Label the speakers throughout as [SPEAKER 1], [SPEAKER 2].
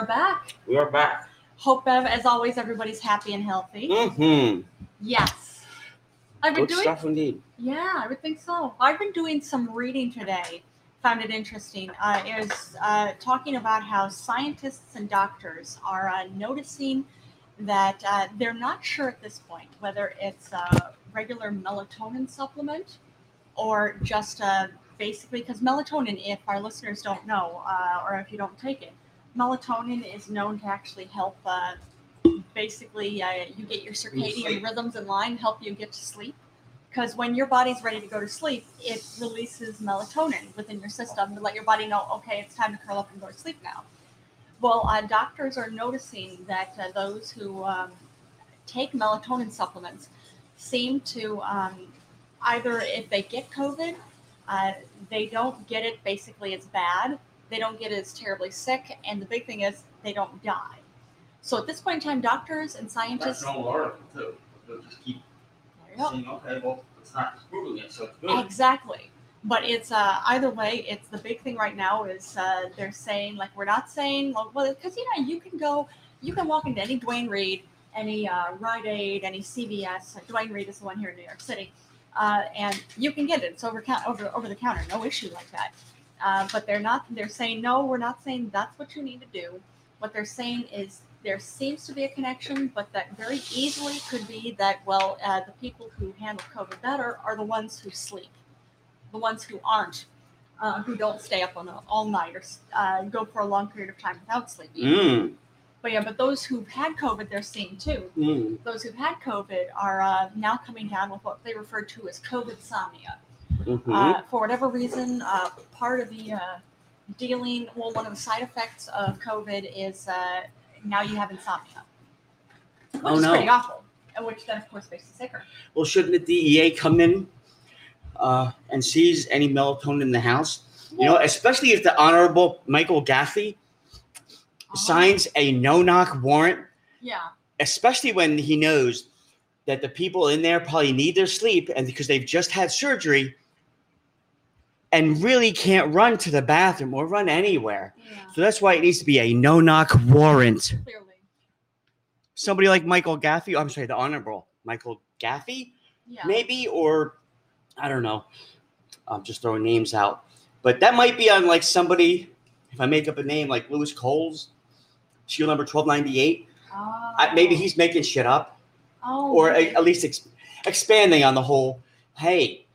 [SPEAKER 1] We're back.
[SPEAKER 2] We are back.
[SPEAKER 1] Hope, ev- as always, everybody's happy and healthy.
[SPEAKER 2] Mm-hmm.
[SPEAKER 1] Yes. I've been
[SPEAKER 2] Good
[SPEAKER 1] doing.
[SPEAKER 2] stuff indeed.
[SPEAKER 1] Yeah, I would think so. I've been doing some reading today. Found it interesting. Uh, it was uh, talking about how scientists and doctors are uh, noticing that uh, they're not sure at this point whether it's a regular melatonin supplement or just a basically because melatonin, if our listeners don't know uh, or if you don't take it, melatonin is known to actually help. Uh, basically, uh, you get your circadian
[SPEAKER 2] sleep.
[SPEAKER 1] rhythms in line, help you get to sleep. Because when your body's ready to go to sleep, it releases melatonin within your system to let your body know, okay, it's time to curl up and go to sleep now. Well, uh, doctors are noticing that uh, those who um, take melatonin supplements seem to um, either, if they get COVID, uh, they don't get it basically as bad, they don't get as terribly sick, and the big thing is they don't die. So at this point in time, doctors and
[SPEAKER 3] That's
[SPEAKER 1] scientists.
[SPEAKER 3] an old article too. They'll just keep
[SPEAKER 1] There you go.
[SPEAKER 3] saying, okay, well, it's not proving it, so it's good.
[SPEAKER 1] Exactly. But it's uh, either way, it's the big thing right now is uh, they're saying like we're not saying well because you know you can go you can walk into any Dwayne Reed, any uh, Rite Aid, any CVS. uh, Dwayne Reed is the one here in New York City, uh, and you can get it. It's over count over over the counter, no issue like that. Uh, but they're not. They're saying no. We're not saying that's what you need to do. What they're saying is there seems to be a connection, but that very easily could be that well, uh, the people who handle COVID better are the ones who sleep the ones who aren't, uh, who don't stay up on all night or uh, go for a long period of time without sleeping.
[SPEAKER 2] Mm.
[SPEAKER 1] But yeah, but those who've had COVID, they're seeing too.
[SPEAKER 2] Mm.
[SPEAKER 1] Those who've had COVID are uh, now coming down with what they refer to as COVID somnia.
[SPEAKER 2] Mm-hmm.
[SPEAKER 1] Uh, for whatever reason, uh, part of the uh, dealing, well, one of the side effects of COVID is uh, now you have insomnia, which
[SPEAKER 2] Oh,
[SPEAKER 1] is
[SPEAKER 2] no.
[SPEAKER 1] pretty awful. and Which then, of course, makes you sicker.
[SPEAKER 2] well, shouldn't the DEA come in uh, and seize any melatonin in the house? You know, especially if the Honorable Michael Gaffey
[SPEAKER 1] Uh-huh.
[SPEAKER 2] signs a no-knock warrant,
[SPEAKER 1] Yeah.
[SPEAKER 2] especially when he knows that the people in there probably need their sleep and because they've just had surgery and really can't run to the bathroom or run anywhere.
[SPEAKER 1] Yeah.
[SPEAKER 2] So that's why it needs to be a no-knock warrant.
[SPEAKER 1] Clearly.
[SPEAKER 2] somebody like Michael Gaffey. I'm sorry, the honorable Michael Gaffey,
[SPEAKER 1] Yeah.
[SPEAKER 2] maybe, or I don't know. I'm just throwing names out, but that might be on like somebody. If I make up a name like Lewis Coles, shield number 1298, I, maybe
[SPEAKER 1] Oh.
[SPEAKER 2] he's making shit up,
[SPEAKER 1] Oh,
[SPEAKER 2] or a-
[SPEAKER 1] maybe.
[SPEAKER 2] at least ex- expanding on the whole. Hey,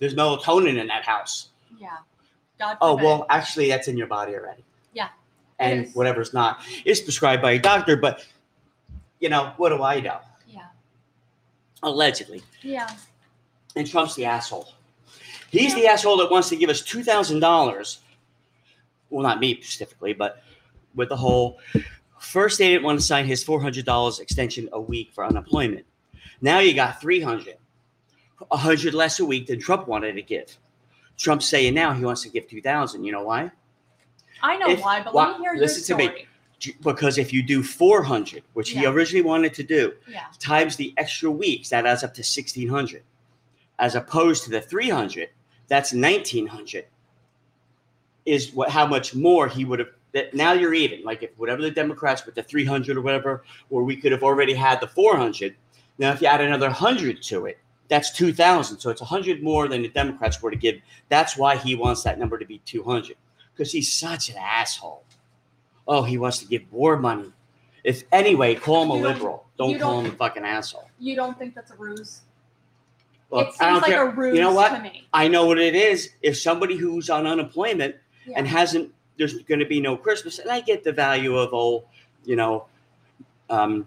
[SPEAKER 2] there's melatonin in that house.
[SPEAKER 1] yeah. God
[SPEAKER 2] Oh
[SPEAKER 1] forbid.
[SPEAKER 2] well, actually, that's in your body already.
[SPEAKER 1] Yeah.
[SPEAKER 2] And
[SPEAKER 1] Yes.
[SPEAKER 2] whatever's not is prescribed by a doctor, but you know what do I know?
[SPEAKER 1] Yeah.
[SPEAKER 2] Allegedly.
[SPEAKER 1] Yeah.
[SPEAKER 2] and Trump's the asshole. He's the asshole that wants to give us two thousand dollars. Well, not me specifically, but with the whole first they didn't want to sign his four hundred dollars extension a week for unemployment. Now you got three hundred, a hundred less a week than Trump wanted to give. Trump's saying now he wants to give two thousand. You know why?
[SPEAKER 1] I know
[SPEAKER 2] If-
[SPEAKER 1] why, but
[SPEAKER 2] why-
[SPEAKER 1] let me hear
[SPEAKER 2] listen to
[SPEAKER 1] your
[SPEAKER 2] me.
[SPEAKER 1] story.
[SPEAKER 2] J- Because if you do four hundred, which he
[SPEAKER 1] Yeah.
[SPEAKER 2] originally wanted to do,
[SPEAKER 1] Yeah.
[SPEAKER 2] times the extra weeks, that adds up to 1600. As opposed to the 300, that's 1900 is what how much more he would have that now you're even like if whatever the Democrats with the 300 or whatever, or we could have already had the 400. Now if you add another 100 to it, that's 2000. So it's 100 more than the Democrats were to give. That's why he wants that number to be 200 because he's such an asshole. Oh, he wants to give war money. If anyway, call him a
[SPEAKER 1] You don't-
[SPEAKER 2] liberal. Don't
[SPEAKER 1] you
[SPEAKER 2] call
[SPEAKER 1] don't-
[SPEAKER 2] him a fucking asshole.
[SPEAKER 1] You don't think that's a ruse? it
[SPEAKER 2] Look, I
[SPEAKER 1] seems
[SPEAKER 2] don't
[SPEAKER 1] like
[SPEAKER 2] care.
[SPEAKER 1] a ruse
[SPEAKER 2] You know
[SPEAKER 1] to
[SPEAKER 2] what?
[SPEAKER 1] me.
[SPEAKER 2] I know what it is. If somebody who's on unemployment
[SPEAKER 1] Yeah.
[SPEAKER 2] and hasn't, there's going to be no Christmas. And I get the value of old, you know, um,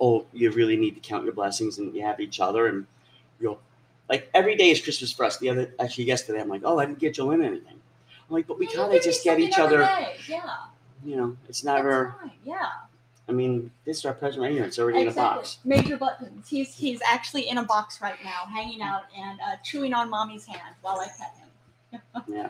[SPEAKER 2] oh, you really need to count your blessings and you have each other and you'll like every day is Christmas for us. The other actually yesterday, I'm like, oh, I didn't get Jolene anything. I'm like, but we
[SPEAKER 1] Yeah,
[SPEAKER 2] kind
[SPEAKER 1] you
[SPEAKER 2] of
[SPEAKER 1] give me
[SPEAKER 2] just get
[SPEAKER 1] something
[SPEAKER 2] each
[SPEAKER 1] every
[SPEAKER 2] other.
[SPEAKER 1] day. Yeah.
[SPEAKER 2] You know, it's
[SPEAKER 1] That's
[SPEAKER 2] never.
[SPEAKER 1] fine. Yeah.
[SPEAKER 2] I mean, this is our present right here. It's already in a
[SPEAKER 1] Exactly.
[SPEAKER 2] box.
[SPEAKER 1] Major buttons. He's he's actually in a box right now, hanging out and uh, chewing on mommy's hand while I pet him.
[SPEAKER 2] Yeah.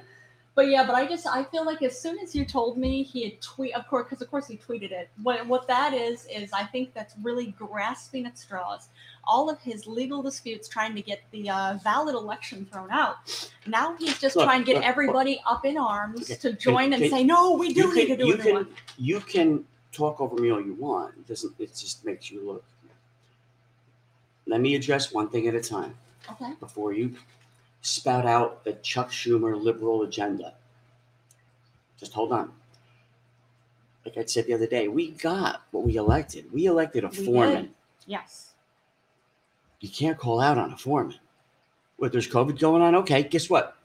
[SPEAKER 1] But yeah, but I just I feel like as soon as you told me he had tweet, of course, because of course he tweeted it. What what that is is I think that's really grasping at straws. All of his legal disputes trying to get the uh, valid election thrown out. Now he's just
[SPEAKER 2] Look,
[SPEAKER 1] trying to get
[SPEAKER 2] look, look.
[SPEAKER 1] everybody up in arms
[SPEAKER 2] Okay,
[SPEAKER 1] to join and
[SPEAKER 2] can-
[SPEAKER 1] say no, we do
[SPEAKER 2] you
[SPEAKER 1] need
[SPEAKER 2] can-
[SPEAKER 1] to do
[SPEAKER 2] you
[SPEAKER 1] it.
[SPEAKER 2] can- You can talk over me all you want. It doesn't it just makes you look let me address one thing at a time.
[SPEAKER 1] Okay.
[SPEAKER 2] before you spout out the Chuck Schumer liberal agenda. Just hold on. Like I said the other day, we got what we elected. We elected a
[SPEAKER 1] We did.
[SPEAKER 2] foreman.
[SPEAKER 1] Yes.
[SPEAKER 2] You can't call out on a foreman. What there's COVID going on? Okay, guess what?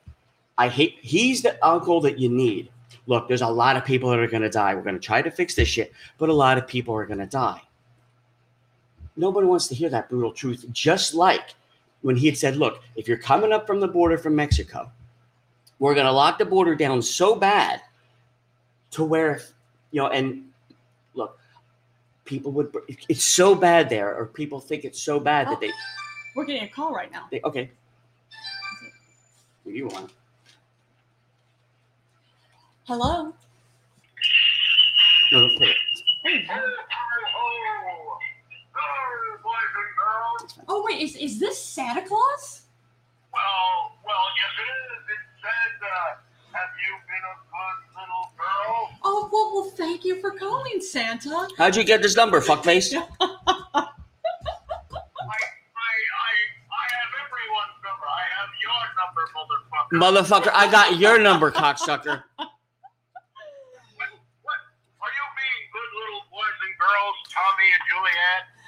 [SPEAKER 2] I hate he's the uncle that you need. Look, there's a lot of people that are gonna die. We're gonna try to fix this shit, but a lot of people are gonna die. Nobody wants to hear that brutal truth. Just like when he had said, Look, if you're coming up from the border from Mexico, we're gonna lock the border down so bad to where if- you know, and look, people would it's so bad there, or people think it's so bad that they
[SPEAKER 1] We're getting a call right now.
[SPEAKER 2] they, okay. What do you want?
[SPEAKER 1] Hello.
[SPEAKER 2] No, don't put it.
[SPEAKER 1] Oh wait, is is this Santa Claus?
[SPEAKER 4] Well, well, yes it is. It said, uh, have you been a good little
[SPEAKER 1] Oh
[SPEAKER 4] girl?
[SPEAKER 1] well, well, thank you for calling, Santa.
[SPEAKER 2] How'd you get this number, fuckface?
[SPEAKER 4] I, I, I have everyone's number. I have your number,
[SPEAKER 2] Motherfucker,
[SPEAKER 4] motherfucker.
[SPEAKER 2] I got your number, cocksucker.
[SPEAKER 4] Are you being good little boys and girls, Tommy and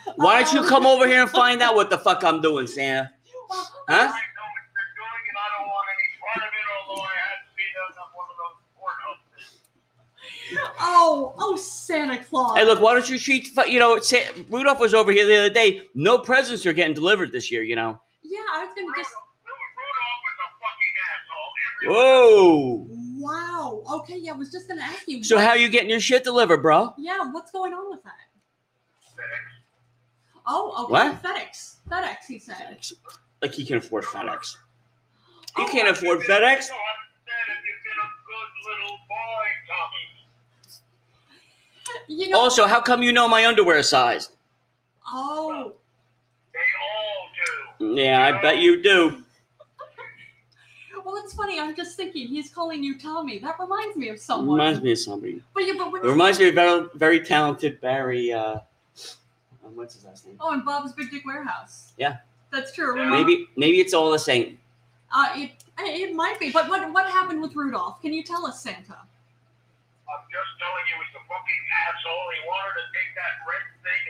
[SPEAKER 4] Juliet?
[SPEAKER 2] Why don't you come over here and find out what the fuck I'm doing, Santa? Huh?
[SPEAKER 4] I know what you're doing, and I don't want any part of it. Although I had seen it on one of
[SPEAKER 1] Oh, oh,
[SPEAKER 4] those pornos.
[SPEAKER 1] Santa Claus.
[SPEAKER 2] Hey, look, why don't you treat, fu- you know, Sa- Rudolph was over here the other day. No presents are getting delivered this year, you know.
[SPEAKER 1] Yeah, I was gonna
[SPEAKER 4] Rudolph,
[SPEAKER 1] just.
[SPEAKER 4] Rudolph is a fucking asshole. Every
[SPEAKER 2] Whoa.
[SPEAKER 1] Wow. Okay. Yeah, I was just gonna ask you.
[SPEAKER 2] So
[SPEAKER 1] what-
[SPEAKER 2] how you getting your shit delivered, bro?
[SPEAKER 1] Yeah, what's going on with that?
[SPEAKER 4] FedEx.
[SPEAKER 1] Oh, okay.
[SPEAKER 2] What?
[SPEAKER 1] FedEx. FedEx. He said.
[SPEAKER 2] Like he can afford FedEx. You
[SPEAKER 1] Oh,
[SPEAKER 2] can't afford FedEx.
[SPEAKER 4] You have said if you've been a good little boy, Tommy.
[SPEAKER 1] You know.
[SPEAKER 2] Also, how come you know my underwear size?
[SPEAKER 1] oh.
[SPEAKER 4] They all do.
[SPEAKER 2] Yeah, I bet you do.
[SPEAKER 1] Well, it's funny. I'm just thinking he's calling you Tommy. That reminds me of someone.
[SPEAKER 2] Reminds me of somebody.
[SPEAKER 1] But yeah, but when
[SPEAKER 2] It reminds me of very, very talented Barry. Uh, um, what's his last name?
[SPEAKER 1] Oh, and Bob's Big Dick Warehouse.
[SPEAKER 2] Yeah.
[SPEAKER 1] That's true. Remember-
[SPEAKER 2] Maybe maybe it's all the same.
[SPEAKER 1] Uh, it it might be. But what what happened with Rudolph? Can you tell us, Santa?
[SPEAKER 4] I'm just telling you, he's a fucking asshole. He wanted to take that red thing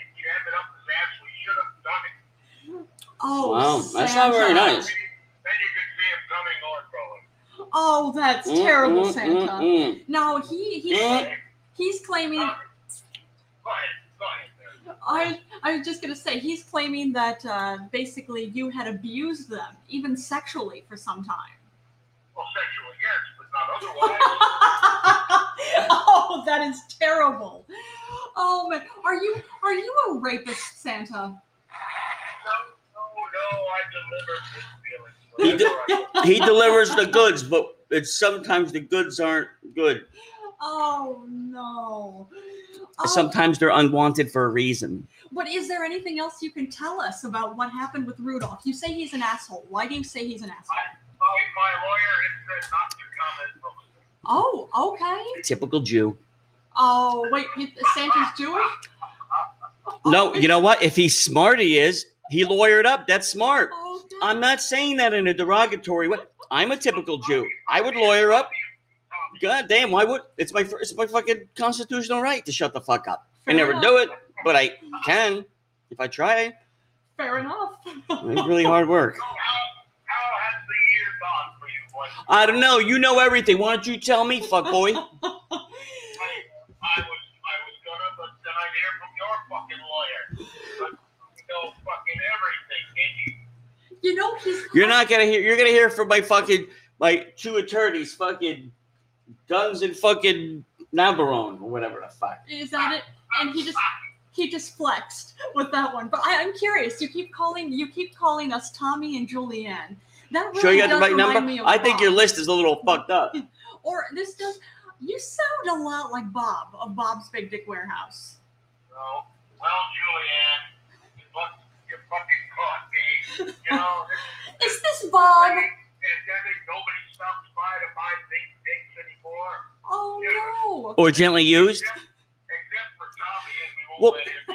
[SPEAKER 4] and jam it up his ass. We should have done it.
[SPEAKER 1] Oh,
[SPEAKER 2] Wow, that's not very
[SPEAKER 1] Santa.
[SPEAKER 2] nice.
[SPEAKER 4] Then you could see him coming on, Roland.
[SPEAKER 1] Oh, that's
[SPEAKER 2] Mm,
[SPEAKER 1] terrible,
[SPEAKER 2] mm,
[SPEAKER 1] Santa.
[SPEAKER 2] mm, mm.
[SPEAKER 1] No, he he
[SPEAKER 2] Mm.
[SPEAKER 1] he's claiming.
[SPEAKER 4] Go ahead, go ahead. there.
[SPEAKER 1] I I was just gonna say he's claiming that uh, basically you had abused them even sexually for some time.
[SPEAKER 4] Well, sexually, yes, but not otherwise.
[SPEAKER 1] oh, that is terrible. Oh man, are you are you a rapist, Santa?
[SPEAKER 4] no, no, no, I
[SPEAKER 2] He
[SPEAKER 4] delivered his feelings.
[SPEAKER 2] did-
[SPEAKER 4] Whatever I-
[SPEAKER 2] He delivers the goods, but it's sometimes the goods aren't good.
[SPEAKER 1] Oh no. Oh,
[SPEAKER 2] Sometimes they're unwanted for a reason.
[SPEAKER 1] but is there anything else you can tell us about what happened with Rudolph? You say he's an asshole. Why do you say he's an asshole?
[SPEAKER 4] My, my lawyer had said not to comment publicly.
[SPEAKER 1] Oh, okay.
[SPEAKER 2] Typical Jew.
[SPEAKER 1] Oh wait, he- Santa's Jewish. Oh.
[SPEAKER 2] No, you know what? If he's smart, he is. He lawyered up. That's smart.
[SPEAKER 1] Okay.
[SPEAKER 2] I'm not saying that in a derogatory way. I'm a typical Jew. I would lawyer up. God damn, why would? It's my fir- it's my fucking constitutional right to shut the fuck up. I
[SPEAKER 1] Fair
[SPEAKER 2] never
[SPEAKER 1] enough.
[SPEAKER 2] do it, but I can if I try.
[SPEAKER 1] Fair enough.
[SPEAKER 2] It's really hard work.
[SPEAKER 4] So how, how has the year gone for you, boys?
[SPEAKER 2] I don't know. You know everything. Why don't you tell me, fuck boy?
[SPEAKER 4] I was I was gonna, but then I hear from your fucking lawyer. But you know fucking everything, can't you?
[SPEAKER 1] you know he's
[SPEAKER 2] You're not gonna hear. You're gonna hear from my fucking my two attorneys, fucking guns and fucking Navarone or whatever the fuck.
[SPEAKER 1] Is that it? And he just he just flexed with that one. But I, I'm curious. You keep calling you keep calling us Tommy and Julianne. That really
[SPEAKER 2] Sure, you got
[SPEAKER 1] does
[SPEAKER 2] the right
[SPEAKER 1] remind
[SPEAKER 2] number.
[SPEAKER 1] me of
[SPEAKER 2] I think
[SPEAKER 1] Bob.
[SPEAKER 2] your list is a little fucked up.
[SPEAKER 1] Or this does. You sound a lot like Bob of Bob's Big Dick Warehouse.
[SPEAKER 4] So, well, Julianne, you, must, you fucking caught me. You know, this
[SPEAKER 1] Is this Bob?
[SPEAKER 4] pandemic, nobody stops by to buy big dicks anymore,
[SPEAKER 1] Oh
[SPEAKER 2] or gently used.
[SPEAKER 4] except for Tommy and the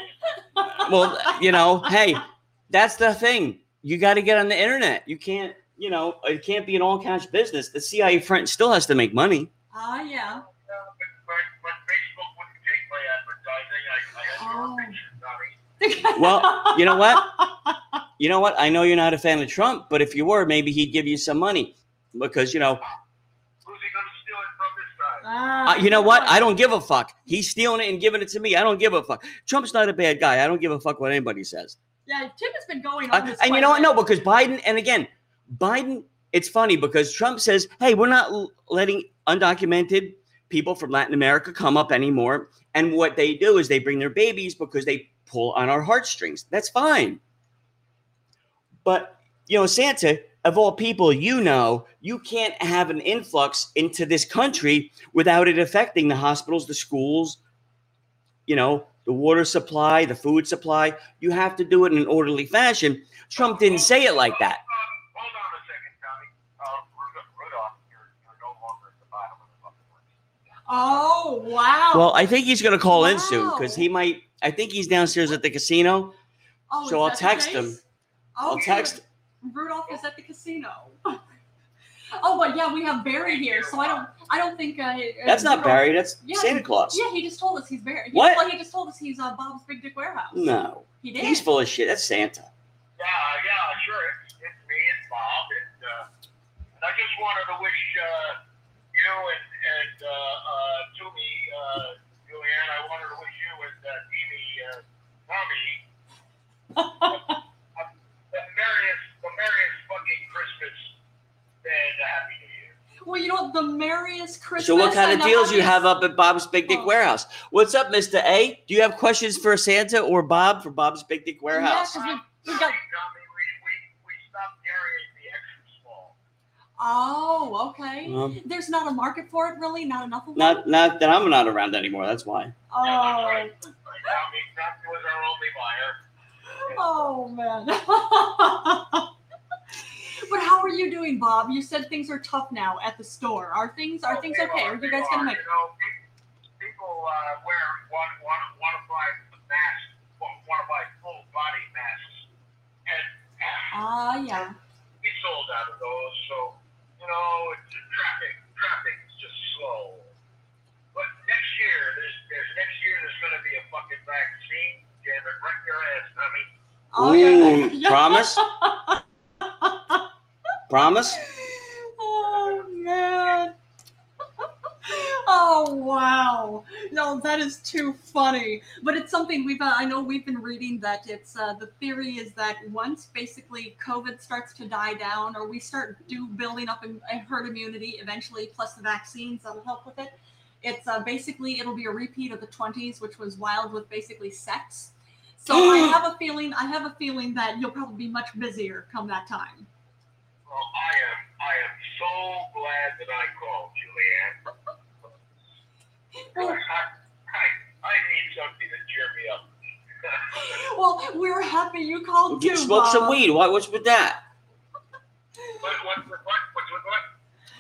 [SPEAKER 4] old
[SPEAKER 2] Well-
[SPEAKER 4] lady.
[SPEAKER 2] Well, you know, hey, that's the thing. You got to get on the internet. You can't, you know, it can't be an all cash business. The CIA front still has to make money.
[SPEAKER 1] no! Ah, yeah.
[SPEAKER 4] Uh, But, but, but Facebook wouldn't take my advertising. I, I had your
[SPEAKER 1] Oh.
[SPEAKER 2] Well,
[SPEAKER 4] opinion, Tommy.
[SPEAKER 2] you know what? You know what? I know you're not a fan of Trump, but if you were, maybe he'd give you some money because, you know,
[SPEAKER 4] Who's he going to steal it from this time?
[SPEAKER 1] Ah,
[SPEAKER 2] I, Uh, you know what? I don't give a fuck. He's stealing it and giving it to me. I don't give a fuck. Trump's not a bad guy. I don't give a fuck what anybody says.
[SPEAKER 1] Yeah, Tim has been going on
[SPEAKER 2] Uh,
[SPEAKER 1] this.
[SPEAKER 2] and you
[SPEAKER 1] way.
[SPEAKER 2] know what? No, because Biden, and again, Biden, it's funny because Trump says, hey, we're not l- letting undocumented people from Latin America come up anymore. And what they do is they bring their babies because they pull on our heartstrings. That's fine. But, you know, Santa, of all people you know, you can't have an influx into this country without it affecting the hospitals, the schools, you know, the water supply, the food supply. You have to do it in an orderly fashion. Trump didn't say it like that.
[SPEAKER 4] Um, hold on a second, Tommy. Uh, Rudolph, Rudolph, you're, you're no longer at the bottom of the fucking list.
[SPEAKER 1] Oh wow.
[SPEAKER 2] Well, I think he's going to call in soon
[SPEAKER 1] Wow.
[SPEAKER 2] because he might. I think he's downstairs at the casino.
[SPEAKER 1] Oh, is
[SPEAKER 2] so I'll
[SPEAKER 1] that the
[SPEAKER 2] text
[SPEAKER 1] case?
[SPEAKER 2] him.
[SPEAKER 1] Oh,
[SPEAKER 2] I'll text.
[SPEAKER 1] Rudolph is at the casino. oh, but yeah, we have Barry here, so I don't. I don't think. Uh,
[SPEAKER 2] That's not Barry. That's
[SPEAKER 1] Yeah,
[SPEAKER 2] Santa Claus.
[SPEAKER 1] Yeah, he just told us he's Barry. He-
[SPEAKER 2] What?
[SPEAKER 1] Well, he just told us he's uh, Bob's Big Dick Warehouse.
[SPEAKER 2] No,
[SPEAKER 1] He did.
[SPEAKER 2] he's full of shit. That's Santa.
[SPEAKER 4] Yeah, yeah, sure. It's, it's me, it's Bob, and, uh, and I just wanted to wish uh, you and, and uh, uh, Toomey, uh, Julianne, I wanted to wish you and uh, Dini, uh, Tommy, uh, the merriest, the merriest fucking Christmas and a happy New Year.
[SPEAKER 1] well, you know what? The merriest Christmas.
[SPEAKER 2] So what kind
[SPEAKER 1] and
[SPEAKER 2] of
[SPEAKER 1] the
[SPEAKER 2] deals you
[SPEAKER 1] happiest-
[SPEAKER 2] have up at Bob's Big Dick
[SPEAKER 1] Oh.
[SPEAKER 2] Warehouse? What's up, Mister A? Do you have questions for Santa or Bob for Bob's Big Dick Warehouse?
[SPEAKER 1] Yeah, 'cause we, we got.
[SPEAKER 4] Uh, Sorry, Tommy, we, we, we stopped carrying the extra
[SPEAKER 1] Oh,
[SPEAKER 4] small.
[SPEAKER 1] okay.
[SPEAKER 2] Um,
[SPEAKER 1] There's not a market for it, really. Not enough of one.
[SPEAKER 2] not, not that I'm not around anymore. That's why.
[SPEAKER 1] Oh,
[SPEAKER 4] Like, Tommy, Tommy was our only buyer.
[SPEAKER 1] oh man. but how are you doing, Bob? You said things are tough now at the store. Are things
[SPEAKER 4] Oh,
[SPEAKER 1] are things okay? Are you guys gonna make?
[SPEAKER 4] You know, pe- people uh, wear want want want to buy masks, want to buy full body masks, and uh,
[SPEAKER 1] Ah, yeah.
[SPEAKER 4] we sold out of those. So you know, it's the traffic traffic is just slow. But next year, there's there's next year there's going to be a fucking vaccine. Damn it, right in your ass, Tommy.
[SPEAKER 1] Oh, yeah.
[SPEAKER 2] Ooh, promise? Promise?
[SPEAKER 1] Oh man. Oh wow! No, that is too funny. But it's something we've. Uh, I know we've been reading that it's. Uh, the theory is that once basically COVID starts to die down, or we start do building up in, in herd immunity eventually, plus the vaccines that'll help with it. It's uh, basically it'll be a repeat of the 20s, which was wild with basically sex. So I have a feeling. I have a feeling that you'll probably be much busier come that time.
[SPEAKER 4] Well, I am I am so glad that I called, Julianne.
[SPEAKER 1] Oh.
[SPEAKER 4] I, I, I need something to cheer me up.
[SPEAKER 1] Well, we're happy you called too.
[SPEAKER 2] You smoke some
[SPEAKER 1] Bob.
[SPEAKER 2] weed. Why? What's with that?
[SPEAKER 4] What what what what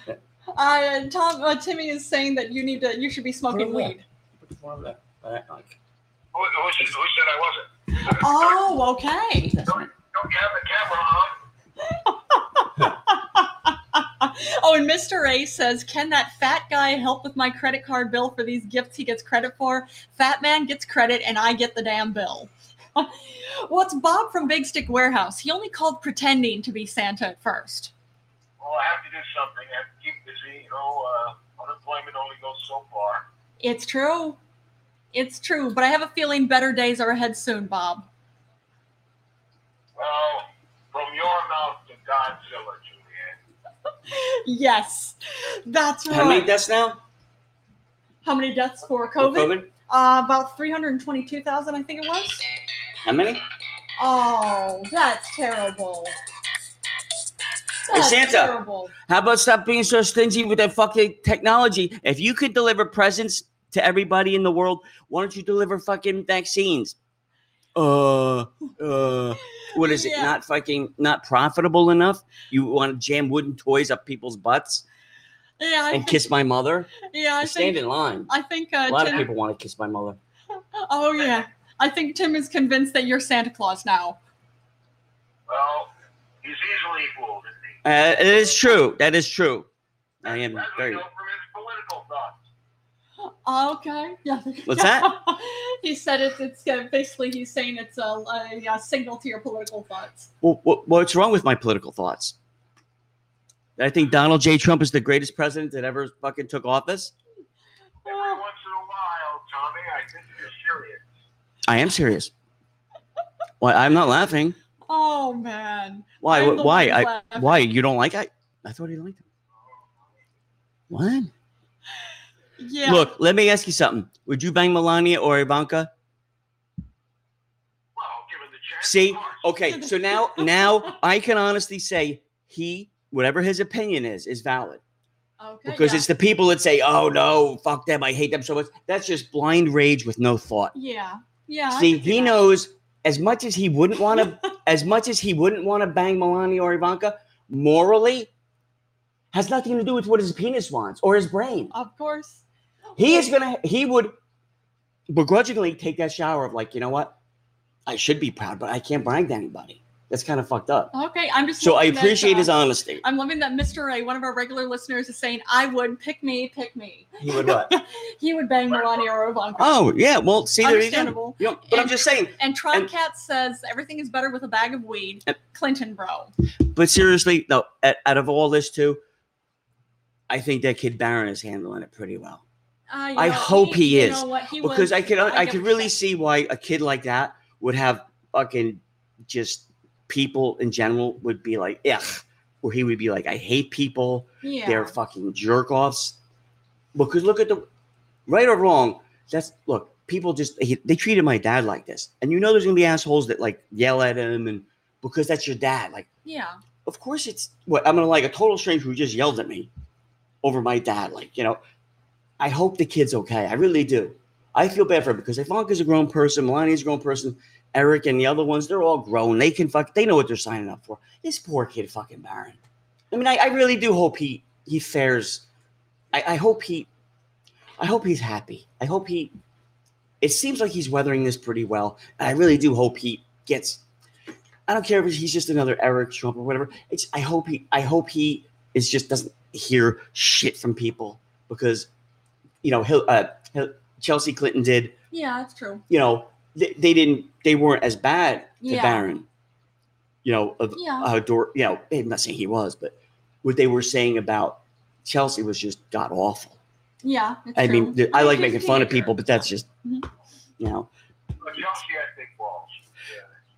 [SPEAKER 4] what? what?
[SPEAKER 1] Uh, Tom, uh, Timmy is saying that you need to, you should be smoking
[SPEAKER 2] Correct.
[SPEAKER 1] weed.
[SPEAKER 4] Who, who, said, who said I wasn't?
[SPEAKER 1] Oh, okay.
[SPEAKER 4] Don't you have the camera on?
[SPEAKER 1] Oh, and Mr. A says, "Can that fat guy help with my credit card bill for these gifts he gets credit for? Fat man gets credit, and I get the damn bill." well, it's Bob from Big Stick Warehouse. He only called pretending to be Santa at first.
[SPEAKER 4] Well, I have to do something. I have to keep busy. You know, uh, unemployment only goes so far.
[SPEAKER 1] It's true. It's true, but I have a feeling better days are ahead soon, Bob.
[SPEAKER 4] Well, from your mouth to Godzilla, Julianne.
[SPEAKER 1] Yes, that's right.
[SPEAKER 2] How many deaths now?
[SPEAKER 1] How many deaths for
[SPEAKER 2] for
[SPEAKER 1] COVID? Uh, about 322,000, I think it was.
[SPEAKER 2] How many?
[SPEAKER 1] Oh, that's terrible.
[SPEAKER 2] Hey, Santa.
[SPEAKER 1] terrible.
[SPEAKER 2] How about stop being so stingy with that fucking technology? If you could deliver presents to everybody in the world, why don't you deliver fucking vaccines? Uh, uh, what is it?
[SPEAKER 1] Yeah.
[SPEAKER 2] Not fucking, not profitable enough? You want to jam wooden toys up people's butts
[SPEAKER 1] Yeah, I
[SPEAKER 2] and
[SPEAKER 1] think,
[SPEAKER 2] kiss my mother?
[SPEAKER 1] yeah, I
[SPEAKER 2] Stand
[SPEAKER 1] think,
[SPEAKER 2] in line.
[SPEAKER 1] I think uh,
[SPEAKER 2] A lot of
[SPEAKER 1] Tim,
[SPEAKER 2] people want to kiss my mother.
[SPEAKER 1] Oh yeah, I think Tim is convinced that you're Santa Claus now.
[SPEAKER 4] Well, he's easily fooled, isn't he?
[SPEAKER 2] Uh, it is true. That is true. I am
[SPEAKER 4] As we
[SPEAKER 2] very.
[SPEAKER 4] know from his political thoughts.
[SPEAKER 1] Okay. Yeah.
[SPEAKER 2] What's that?
[SPEAKER 1] he said it's it's uh, basically he's saying it's a, a, uh signal to your political thoughts.
[SPEAKER 2] Well, what, what's wrong with my political thoughts? I think Donald J. Trump is the greatest president that ever fucking took office.
[SPEAKER 4] Every once in a while, Tommy, I think you're serious.
[SPEAKER 2] I am serious. Why? I'm not laughing.
[SPEAKER 1] Oh man.
[SPEAKER 2] Why?
[SPEAKER 1] I'm
[SPEAKER 2] Wh-
[SPEAKER 1] the
[SPEAKER 2] Why?
[SPEAKER 1] one
[SPEAKER 2] I,
[SPEAKER 1] left.
[SPEAKER 2] why you don't like? I I thought he liked him. What?
[SPEAKER 1] Yeah.
[SPEAKER 2] Look, let me ask you something. Would you bang Melania or Ivanka?
[SPEAKER 4] Well, given the chance.
[SPEAKER 2] See,
[SPEAKER 4] of course.
[SPEAKER 2] okay. So now, now I can honestly say he, whatever his opinion is, is valid.
[SPEAKER 1] Okay.
[SPEAKER 2] because
[SPEAKER 1] yeah.
[SPEAKER 2] it's the people that say, "Oh no, fuck them, I hate them so much." That's just blind rage with no thought.
[SPEAKER 1] Yeah. Yeah. I
[SPEAKER 2] See,
[SPEAKER 1] can see
[SPEAKER 2] he
[SPEAKER 1] that.
[SPEAKER 2] knows as much as he wouldn't want to, as much as he wouldn't want to bang Melania or Ivanka. Morally, has nothing to do with what his penis wants or his brain.
[SPEAKER 1] Of course.
[SPEAKER 2] He is gonna, he would begrudgingly take that shower of like, you know what, I should be proud, but I can't brag to anybody. That's kind of fucked up.
[SPEAKER 1] Okay, I'm just.
[SPEAKER 2] So I
[SPEAKER 1] loving that,
[SPEAKER 2] appreciate his
[SPEAKER 1] uh,
[SPEAKER 2] honesty.
[SPEAKER 1] I'm loving that Mr. A, one of our regular listeners, is saying, "I would pick me, pick me."
[SPEAKER 2] He would what?
[SPEAKER 1] He would bang Melania or Ivanka.
[SPEAKER 2] Oh yeah, well, see, there you go.
[SPEAKER 1] Understandable.
[SPEAKER 2] You know, but I'm just saying,
[SPEAKER 1] And
[SPEAKER 2] And-
[SPEAKER 1] Troncat says everything is better with a bag of weed.
[SPEAKER 2] And-
[SPEAKER 1] Clinton, bro. Uh,
[SPEAKER 2] But seriously, no. Out, out of all this, too, I think that kid Barron is handling it pretty well
[SPEAKER 1] Uh, you
[SPEAKER 2] I
[SPEAKER 1] know,
[SPEAKER 2] hope he
[SPEAKER 1] you
[SPEAKER 2] is,
[SPEAKER 1] know what, he
[SPEAKER 2] because
[SPEAKER 1] was-
[SPEAKER 2] I could I,
[SPEAKER 1] get
[SPEAKER 2] could
[SPEAKER 1] what you're
[SPEAKER 2] really
[SPEAKER 1] saying.
[SPEAKER 2] see why a kid like that would have fucking just people in general would be like, yeah, or he would be like, I hate people.
[SPEAKER 1] Yeah.
[SPEAKER 2] They're fucking jerk offs. Because look at the right or wrong. That's look. People just he, they treated my dad like this, and you know there's gonna be assholes that like yell at him, and because that's your dad, like.
[SPEAKER 1] yeah.
[SPEAKER 2] of course it's what I'm gonna like a total stranger who just yelled at me over my dad. Like, you know, I hope the kid's okay. I really do. I feel bad for her because Ivanka's a grown person, Melania's a grown person, Eric and the other ones, they're all grown. They can fuck they know what they're signing up for. This poor kid fucking Baron. I mean, I, I really do hope he he fares. I, I hope he I hope he's happy. I hope he it seems like he's weathering this pretty well. And I really do hope he gets I don't care if he's just another Eric Trump or whatever. It's I hope he I hope he is just doesn't hear shit from people because you know he'll, uh, he'll, Chelsea Clinton did
[SPEAKER 1] Yeah, that's true.
[SPEAKER 2] you know they, they didn't they weren't as bad to
[SPEAKER 1] Yeah.
[SPEAKER 2] Barron you know of
[SPEAKER 1] Yeah.
[SPEAKER 2] uh, Dor- you know I'm not saying he was but what they were saying about Chelsea was just god awful.
[SPEAKER 1] Yeah. It's
[SPEAKER 2] I
[SPEAKER 1] true.
[SPEAKER 2] mean th- I like
[SPEAKER 1] he's a
[SPEAKER 2] making fun of
[SPEAKER 1] teenager.
[SPEAKER 2] people but that's just you
[SPEAKER 1] Mhm.
[SPEAKER 2] know
[SPEAKER 4] But Chelsea had big balls.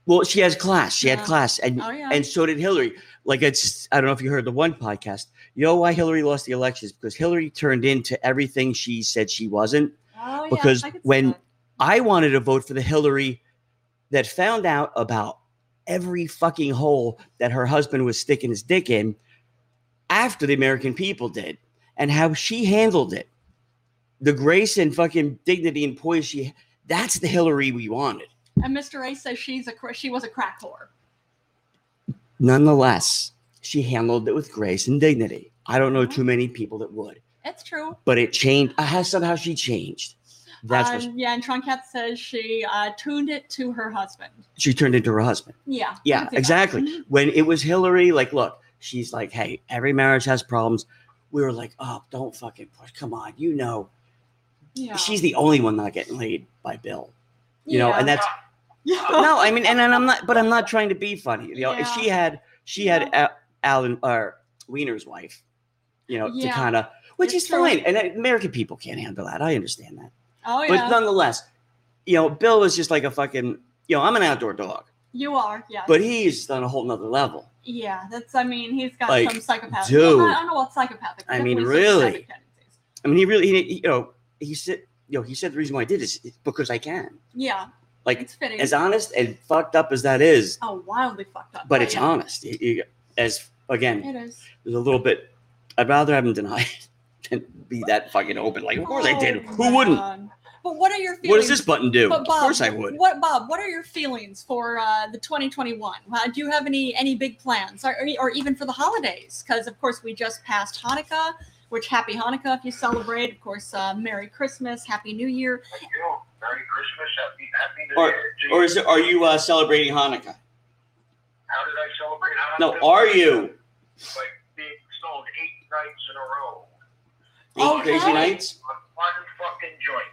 [SPEAKER 2] well she has class she
[SPEAKER 1] Yeah.
[SPEAKER 2] had class and
[SPEAKER 1] Oh yeah.
[SPEAKER 2] and so did Hillary. Like it's I don't know if you heard the one podcast. You know why Hillary lost the elections? Because Hillary turned into everything she said she wasn't.
[SPEAKER 1] oh, yeah,
[SPEAKER 2] because
[SPEAKER 1] I could see
[SPEAKER 2] when-
[SPEAKER 1] that.
[SPEAKER 2] I wanted to vote for the Hillary that found out about every fucking hole that her husband was sticking his dick in after the American people did and how she handled it. The grace and fucking dignity and poise she that's the Hillary we wanted.
[SPEAKER 1] and Mr. A says she's a cra- she was a crack whore.
[SPEAKER 2] Nonetheless, she handled it with grace and dignity. I don't know too many people that would.
[SPEAKER 1] That's true.
[SPEAKER 2] but it changed. Uh, how somehow she changed. That's
[SPEAKER 1] um,
[SPEAKER 2] what she,
[SPEAKER 1] yeah. And Troncat says she uh, tuned it to her husband.
[SPEAKER 2] she turned into her husband.
[SPEAKER 1] Yeah. I
[SPEAKER 2] Yeah,
[SPEAKER 1] could see that. Mm-hmm.
[SPEAKER 2] exactly. When it was Hillary, like, look, she's like, hey, every marriage has problems. We were like, oh, don't fucking push. Come on, you know,
[SPEAKER 1] Yeah.
[SPEAKER 2] she's the only one not getting laid by Bill. You know,
[SPEAKER 1] Yeah.
[SPEAKER 2] and that's
[SPEAKER 1] Yeah.
[SPEAKER 2] no, I mean, and, and I'm not, but I'm not trying to be funny. You know, if
[SPEAKER 1] Yeah.
[SPEAKER 2] she had, she had Al- Alan or Wiener's wife, you know, to
[SPEAKER 1] Yeah.
[SPEAKER 2] kind of, which
[SPEAKER 1] It's
[SPEAKER 2] is
[SPEAKER 1] true.
[SPEAKER 2] fine. And uh, American people can't handle that. I understand that.
[SPEAKER 1] Oh yeah.
[SPEAKER 2] But nonetheless, you know, Bill is just like a fucking, you know, I'm an outdoor dog,
[SPEAKER 1] you are. Yeah.
[SPEAKER 2] but he's on a whole nother level.
[SPEAKER 1] Yeah, that's. I mean, he's got
[SPEAKER 2] Like,
[SPEAKER 1] some psychopathic.
[SPEAKER 2] dude.
[SPEAKER 1] I don't know what psychopathic.
[SPEAKER 2] I mean,
[SPEAKER 1] definitely
[SPEAKER 2] really.
[SPEAKER 1] psychopathic tendencies.
[SPEAKER 2] I mean, he really, he, he- you know, he said, you know, he said the reason why I did is because I can.
[SPEAKER 1] Yeah,
[SPEAKER 2] Like,
[SPEAKER 1] it's fitting.
[SPEAKER 2] as honest and fucked up as that is,
[SPEAKER 1] oh, wildly fucked up.
[SPEAKER 2] but it's
[SPEAKER 1] yeah.
[SPEAKER 2] honest. You- you- as again,
[SPEAKER 1] It is.
[SPEAKER 2] there's a little bit. I'd rather have him deny it than be that fucking open. Like, of course I did.
[SPEAKER 1] Oh,
[SPEAKER 2] Who wouldn't?
[SPEAKER 1] man. But what are your feelings?
[SPEAKER 2] What does this button do?
[SPEAKER 1] But
[SPEAKER 2] of
[SPEAKER 1] Bob,
[SPEAKER 2] course I would.
[SPEAKER 1] What Bob? What are your feelings for uh, the 2021? Uh, do you have any any big plans, or, or even for the holidays? Because of course we just passed Hanukkah, which Happy Hanukkah if you celebrate. Of course, uh, Merry Christmas, Happy New Year.
[SPEAKER 4] Thank you. Merry Christmas. Happy, happy New Year. to
[SPEAKER 2] Or
[SPEAKER 4] you.
[SPEAKER 2] is it, are you uh, celebrating Hanukkah?
[SPEAKER 4] How did I celebrate? How
[SPEAKER 2] No,
[SPEAKER 4] did I-
[SPEAKER 2] are you?
[SPEAKER 4] Like being stoned eight nights in a row.
[SPEAKER 2] Eight
[SPEAKER 1] Okay.
[SPEAKER 2] crazy nights?
[SPEAKER 4] On one fucking joint.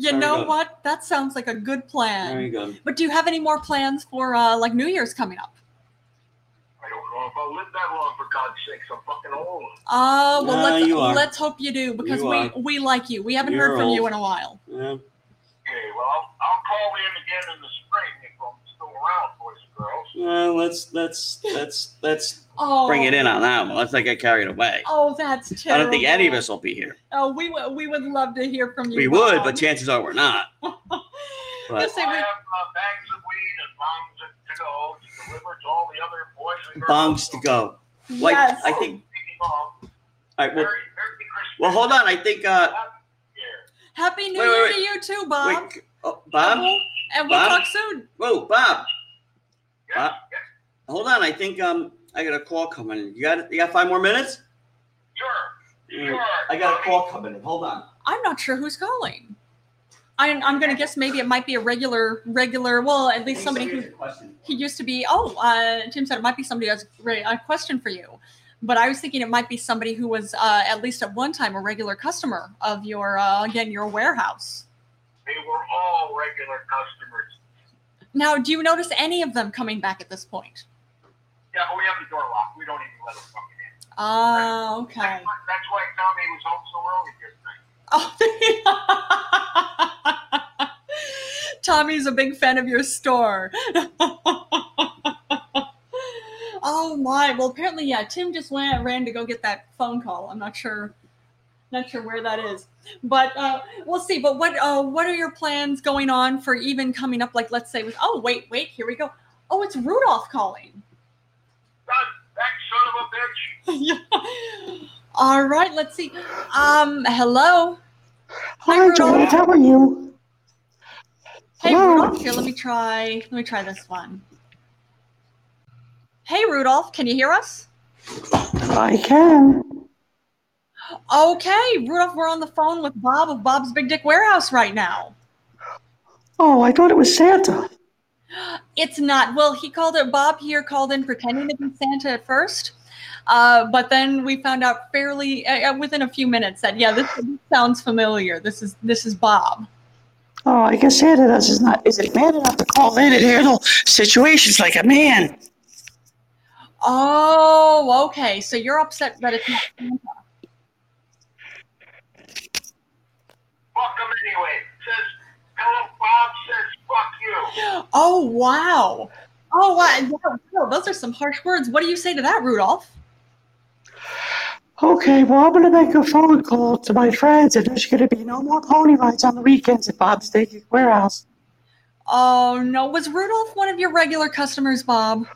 [SPEAKER 1] You
[SPEAKER 2] Very
[SPEAKER 1] know
[SPEAKER 2] good.
[SPEAKER 1] what? That sounds like a good plan.
[SPEAKER 2] There you go.
[SPEAKER 1] But do you have any more plans for uh, like New Year's coming up?
[SPEAKER 4] I don't know if I'll live that long, for God's sakes. I'm fucking old.
[SPEAKER 1] Uh, well,
[SPEAKER 2] Nah,
[SPEAKER 1] let's
[SPEAKER 2] you are.
[SPEAKER 1] let's hope you do because
[SPEAKER 2] You
[SPEAKER 1] we
[SPEAKER 2] are.
[SPEAKER 1] we like you. We haven't
[SPEAKER 2] You're
[SPEAKER 1] heard from you
[SPEAKER 2] old.
[SPEAKER 1] in a while.
[SPEAKER 2] Yeah.
[SPEAKER 4] Okay, well, I'll, I'll call in again in the spring if I'm still around, boys and girls.
[SPEAKER 2] Well, Uh, let's let's let's let's
[SPEAKER 1] Oh,
[SPEAKER 2] bring it in on that one. Let's not get carried away.
[SPEAKER 1] Oh, that's terrible.
[SPEAKER 2] I don't think any of us will be here.
[SPEAKER 1] Oh, we would we would love to hear from you.
[SPEAKER 2] We would, but
[SPEAKER 1] Bob.
[SPEAKER 2] chances are we're not. But
[SPEAKER 1] Listen,
[SPEAKER 4] I
[SPEAKER 1] we-
[SPEAKER 4] have uh, bags of weed and bombs to to go to deliver to all the other boys and girls.
[SPEAKER 2] bombs to go. Like
[SPEAKER 1] yes.
[SPEAKER 2] I think.
[SPEAKER 4] Speaking of,
[SPEAKER 2] All right. Well,
[SPEAKER 4] Merry, Merry Christmas.
[SPEAKER 2] well, hold on. I think. Uh,
[SPEAKER 4] Yeah.
[SPEAKER 1] Happy New
[SPEAKER 2] Wait, wait,
[SPEAKER 1] Year
[SPEAKER 2] wait.
[SPEAKER 1] to you too, Bob.
[SPEAKER 2] wait, oh, Bob.
[SPEAKER 1] and we'll
[SPEAKER 2] Bob?
[SPEAKER 1] talk soon.
[SPEAKER 2] Whoa, Bob.
[SPEAKER 4] Yeah.
[SPEAKER 2] Uh, Hold on. I think. Um, I got a call coming. in. You got. You got five more minutes.
[SPEAKER 4] Sure.
[SPEAKER 2] Mm,
[SPEAKER 4] Sure.
[SPEAKER 2] I got a call coming. in. Hold on.
[SPEAKER 1] I'm not sure who's calling. I'm, I'm gonna guess maybe it might be a regular regular. Well, at least somebody who
[SPEAKER 2] has a question.
[SPEAKER 1] he used to be. Oh, uh, Tim said it might be somebody who has re- a question for you. But I was thinking it might be somebody who was uh, at least at one time a regular customer of your uh, again your warehouse.
[SPEAKER 4] They were all regular customers.
[SPEAKER 1] Now, do you notice any of them coming back at this point?
[SPEAKER 4] Yeah, but we have the door locked. We don't even let them fucking in.
[SPEAKER 1] Oh, okay.
[SPEAKER 4] That's why- That's why Tommy was home so early yesterday.
[SPEAKER 1] Oh. Tommy's a big fan of your store. oh my! Well, apparently, yeah. Tim just went ran to go get that phone call. I'm not sure, not sure where that is, but uh, we'll see. But what uh, what are your plans going on for even coming up? Like, let's say with oh wait wait here we go. Oh, it's Rudolph calling.
[SPEAKER 4] God, that son of a bitch.
[SPEAKER 1] Yeah. All right, let's see. Um, hello. Hi,
[SPEAKER 5] Hi, John.
[SPEAKER 1] Rudolph.
[SPEAKER 5] How are you?
[SPEAKER 1] Hey
[SPEAKER 5] Hello?
[SPEAKER 1] Rudolph, here, let me try let me try this one. Hey Rudolph, can you hear us?
[SPEAKER 5] I can.
[SPEAKER 1] Okay, Rudolph, we're on the phone with Bob of Bob's Big Dick Warehouse right now.
[SPEAKER 5] Oh, I thought it was Santa.
[SPEAKER 1] It's not. Well, he called it Bob here called in pretending to be Santa at first. Uh, but then we found out fairly uh, uh, within a few minutes that yeah, this sounds familiar. This is this is Bob.
[SPEAKER 5] Oh, I guess Santa does is not is it man enough to call in and handle situations like a man.
[SPEAKER 1] Oh, okay. So you're upset that it's not
[SPEAKER 4] Fuck them anyway. Says, hello, Bob says, fuck you.
[SPEAKER 1] Oh wow! Oh wow! Yeah, wow, Those are some harsh words. What do you say to that, Rudolph?
[SPEAKER 5] Okay, well I'm gonna make a phone call to my friends and there's gonna be no more pony rides on the weekends at Bob's Daily Warehouse.
[SPEAKER 1] Oh no! Was Rudolph one of your regular customers, Bob?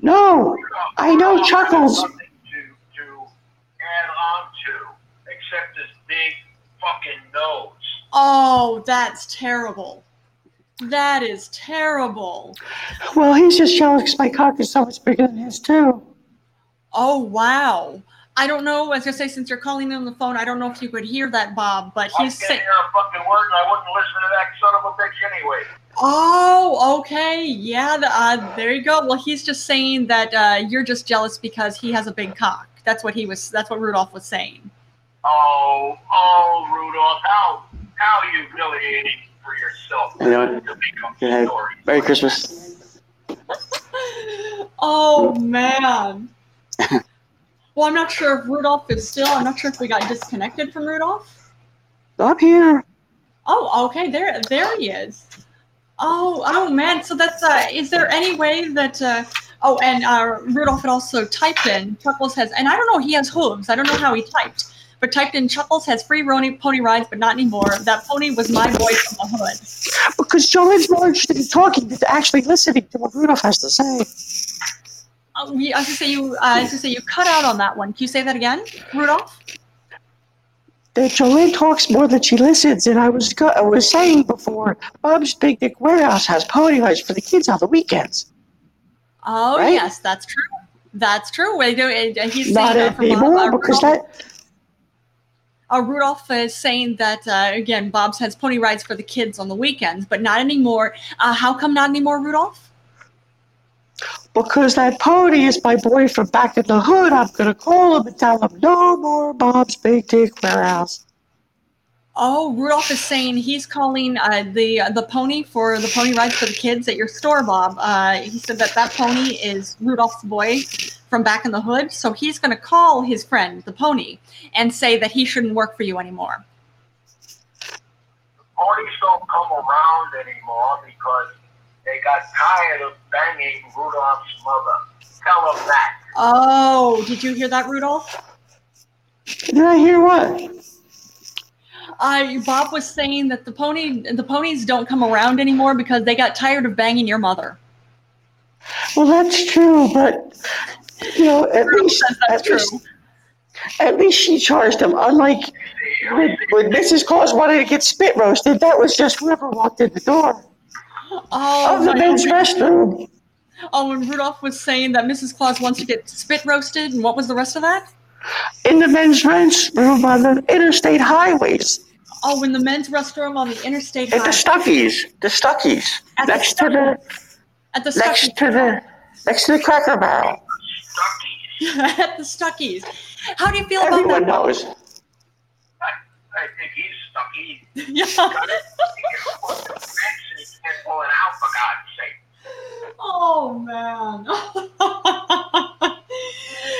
[SPEAKER 5] No, I know
[SPEAKER 4] Rudolph
[SPEAKER 5] Chuckles.
[SPEAKER 4] has nothing To, to add on to, except his big fucking nose.
[SPEAKER 1] Oh, that's terrible. That is terrible.
[SPEAKER 5] Well he's just jealous 'cause my cock is so much bigger than his too.
[SPEAKER 1] Oh wow! I don't know. As I say, since you're calling in on the phone, I don't know if you could hear that, Bob. But
[SPEAKER 4] I
[SPEAKER 1] he's
[SPEAKER 4] can't
[SPEAKER 1] saying,
[SPEAKER 4] hear a fucking word, and I wouldn't listen to that son of a bitch anyway.
[SPEAKER 1] "Oh, okay, yeah." The, uh, there you go. Well, he's just saying that uh, you're just jealous because he has a big cock. That's what he was. That's what Rudolph was saying.
[SPEAKER 4] Oh, oh, Rudolph, how, how humiliating for yourself.
[SPEAKER 5] You know what?
[SPEAKER 4] To become
[SPEAKER 5] Go ahead.
[SPEAKER 4] sorry.
[SPEAKER 5] Merry Christmas.
[SPEAKER 1] oh man. Well, I'm not sure if Rudolph is still. I'm not sure if we got disconnected from Rudolph.
[SPEAKER 5] I'm here.
[SPEAKER 1] Oh, okay. There, there he is. Oh, oh man. So that's. Uh, is there any way that? Uh, oh, and uh, Rudolph had also typed in Chuckles has, and I don't know. He has hooves. I don't know how he typed, but typed in Chuckles has free rony, pony rides, but not anymore. That pony was my boy from the hood.
[SPEAKER 5] Because Joe is more interested in talking than actually listening to what Rudolph has to say.
[SPEAKER 1] oh, we- I was gonna say you. Uh, I was gonna say you cut out on that one. Can you say that again, Rudolph?
[SPEAKER 5] That Jolene talks more than she listens, and I was go- I was saying before, Bob's Big Dick Warehouse has pony rides for the kids on the weekends.
[SPEAKER 1] Oh
[SPEAKER 5] Right?
[SPEAKER 1] yes, that's true. That's true. We do, and and he's
[SPEAKER 5] Not
[SPEAKER 1] saying that for Bob.
[SPEAKER 5] anymore
[SPEAKER 1] Uh,
[SPEAKER 5] because
[SPEAKER 1] Rudolph-
[SPEAKER 5] that
[SPEAKER 1] uh, Rudolph is saying that uh, again. Bob's has pony rides for the kids on the weekends, but not anymore. Uh, how come not anymore, Rudolph?
[SPEAKER 5] because that pony is my boy from back in the hood. I'm gonna call him and tell him no more Bob's Big Dick Warehouse.
[SPEAKER 1] Oh, Rudolph is saying he's calling uh, the the pony for the pony rides for the kids at your store, Bob. Uh, he said that that pony is Rudolph's boy from back in the hood, so he's going to call his friend the pony and say that he shouldn't work for you anymore.
[SPEAKER 4] Ponies don't come around anymore because they got tired of banging Rudolph's mother. Tell them that.
[SPEAKER 1] Oh, did you hear that, Rudolph?
[SPEAKER 5] Did I hear what?
[SPEAKER 1] Uh, Bob was saying that the pony the ponies don't come around anymore because they got tired of banging your mother.
[SPEAKER 5] Well, that's true, but you know, at
[SPEAKER 1] Rudolph
[SPEAKER 5] least
[SPEAKER 1] says that's
[SPEAKER 5] at
[SPEAKER 1] true.
[SPEAKER 5] least at least she charged him. Unlike when, when Mrs. Claus wanted to get spit roasted, that was just whoever walked in the door
[SPEAKER 1] Oh,
[SPEAKER 5] of the
[SPEAKER 1] my
[SPEAKER 5] men's
[SPEAKER 1] goodness.
[SPEAKER 5] restroom.
[SPEAKER 1] oh, and Rudolph was saying that Mrs. Claus wants to get spit roasted, and what was the rest of that?
[SPEAKER 5] in the men's rents room on the interstate highways.
[SPEAKER 1] Oh, in the men's restroom on the interstate
[SPEAKER 5] At the
[SPEAKER 1] highway.
[SPEAKER 5] Stuckies, the Stuckies,
[SPEAKER 1] At the
[SPEAKER 5] next to the
[SPEAKER 1] At the
[SPEAKER 5] next
[SPEAKER 1] Stuckies.
[SPEAKER 5] to the next to the Cracker Barrel.
[SPEAKER 1] at the Stuckies. How do you feel about
[SPEAKER 5] Everyone knows.
[SPEAKER 4] I think he's stuck. He
[SPEAKER 1] that? Yeah.
[SPEAKER 4] can't pull the fence and he can't pull it out for God's sake.
[SPEAKER 1] Oh man.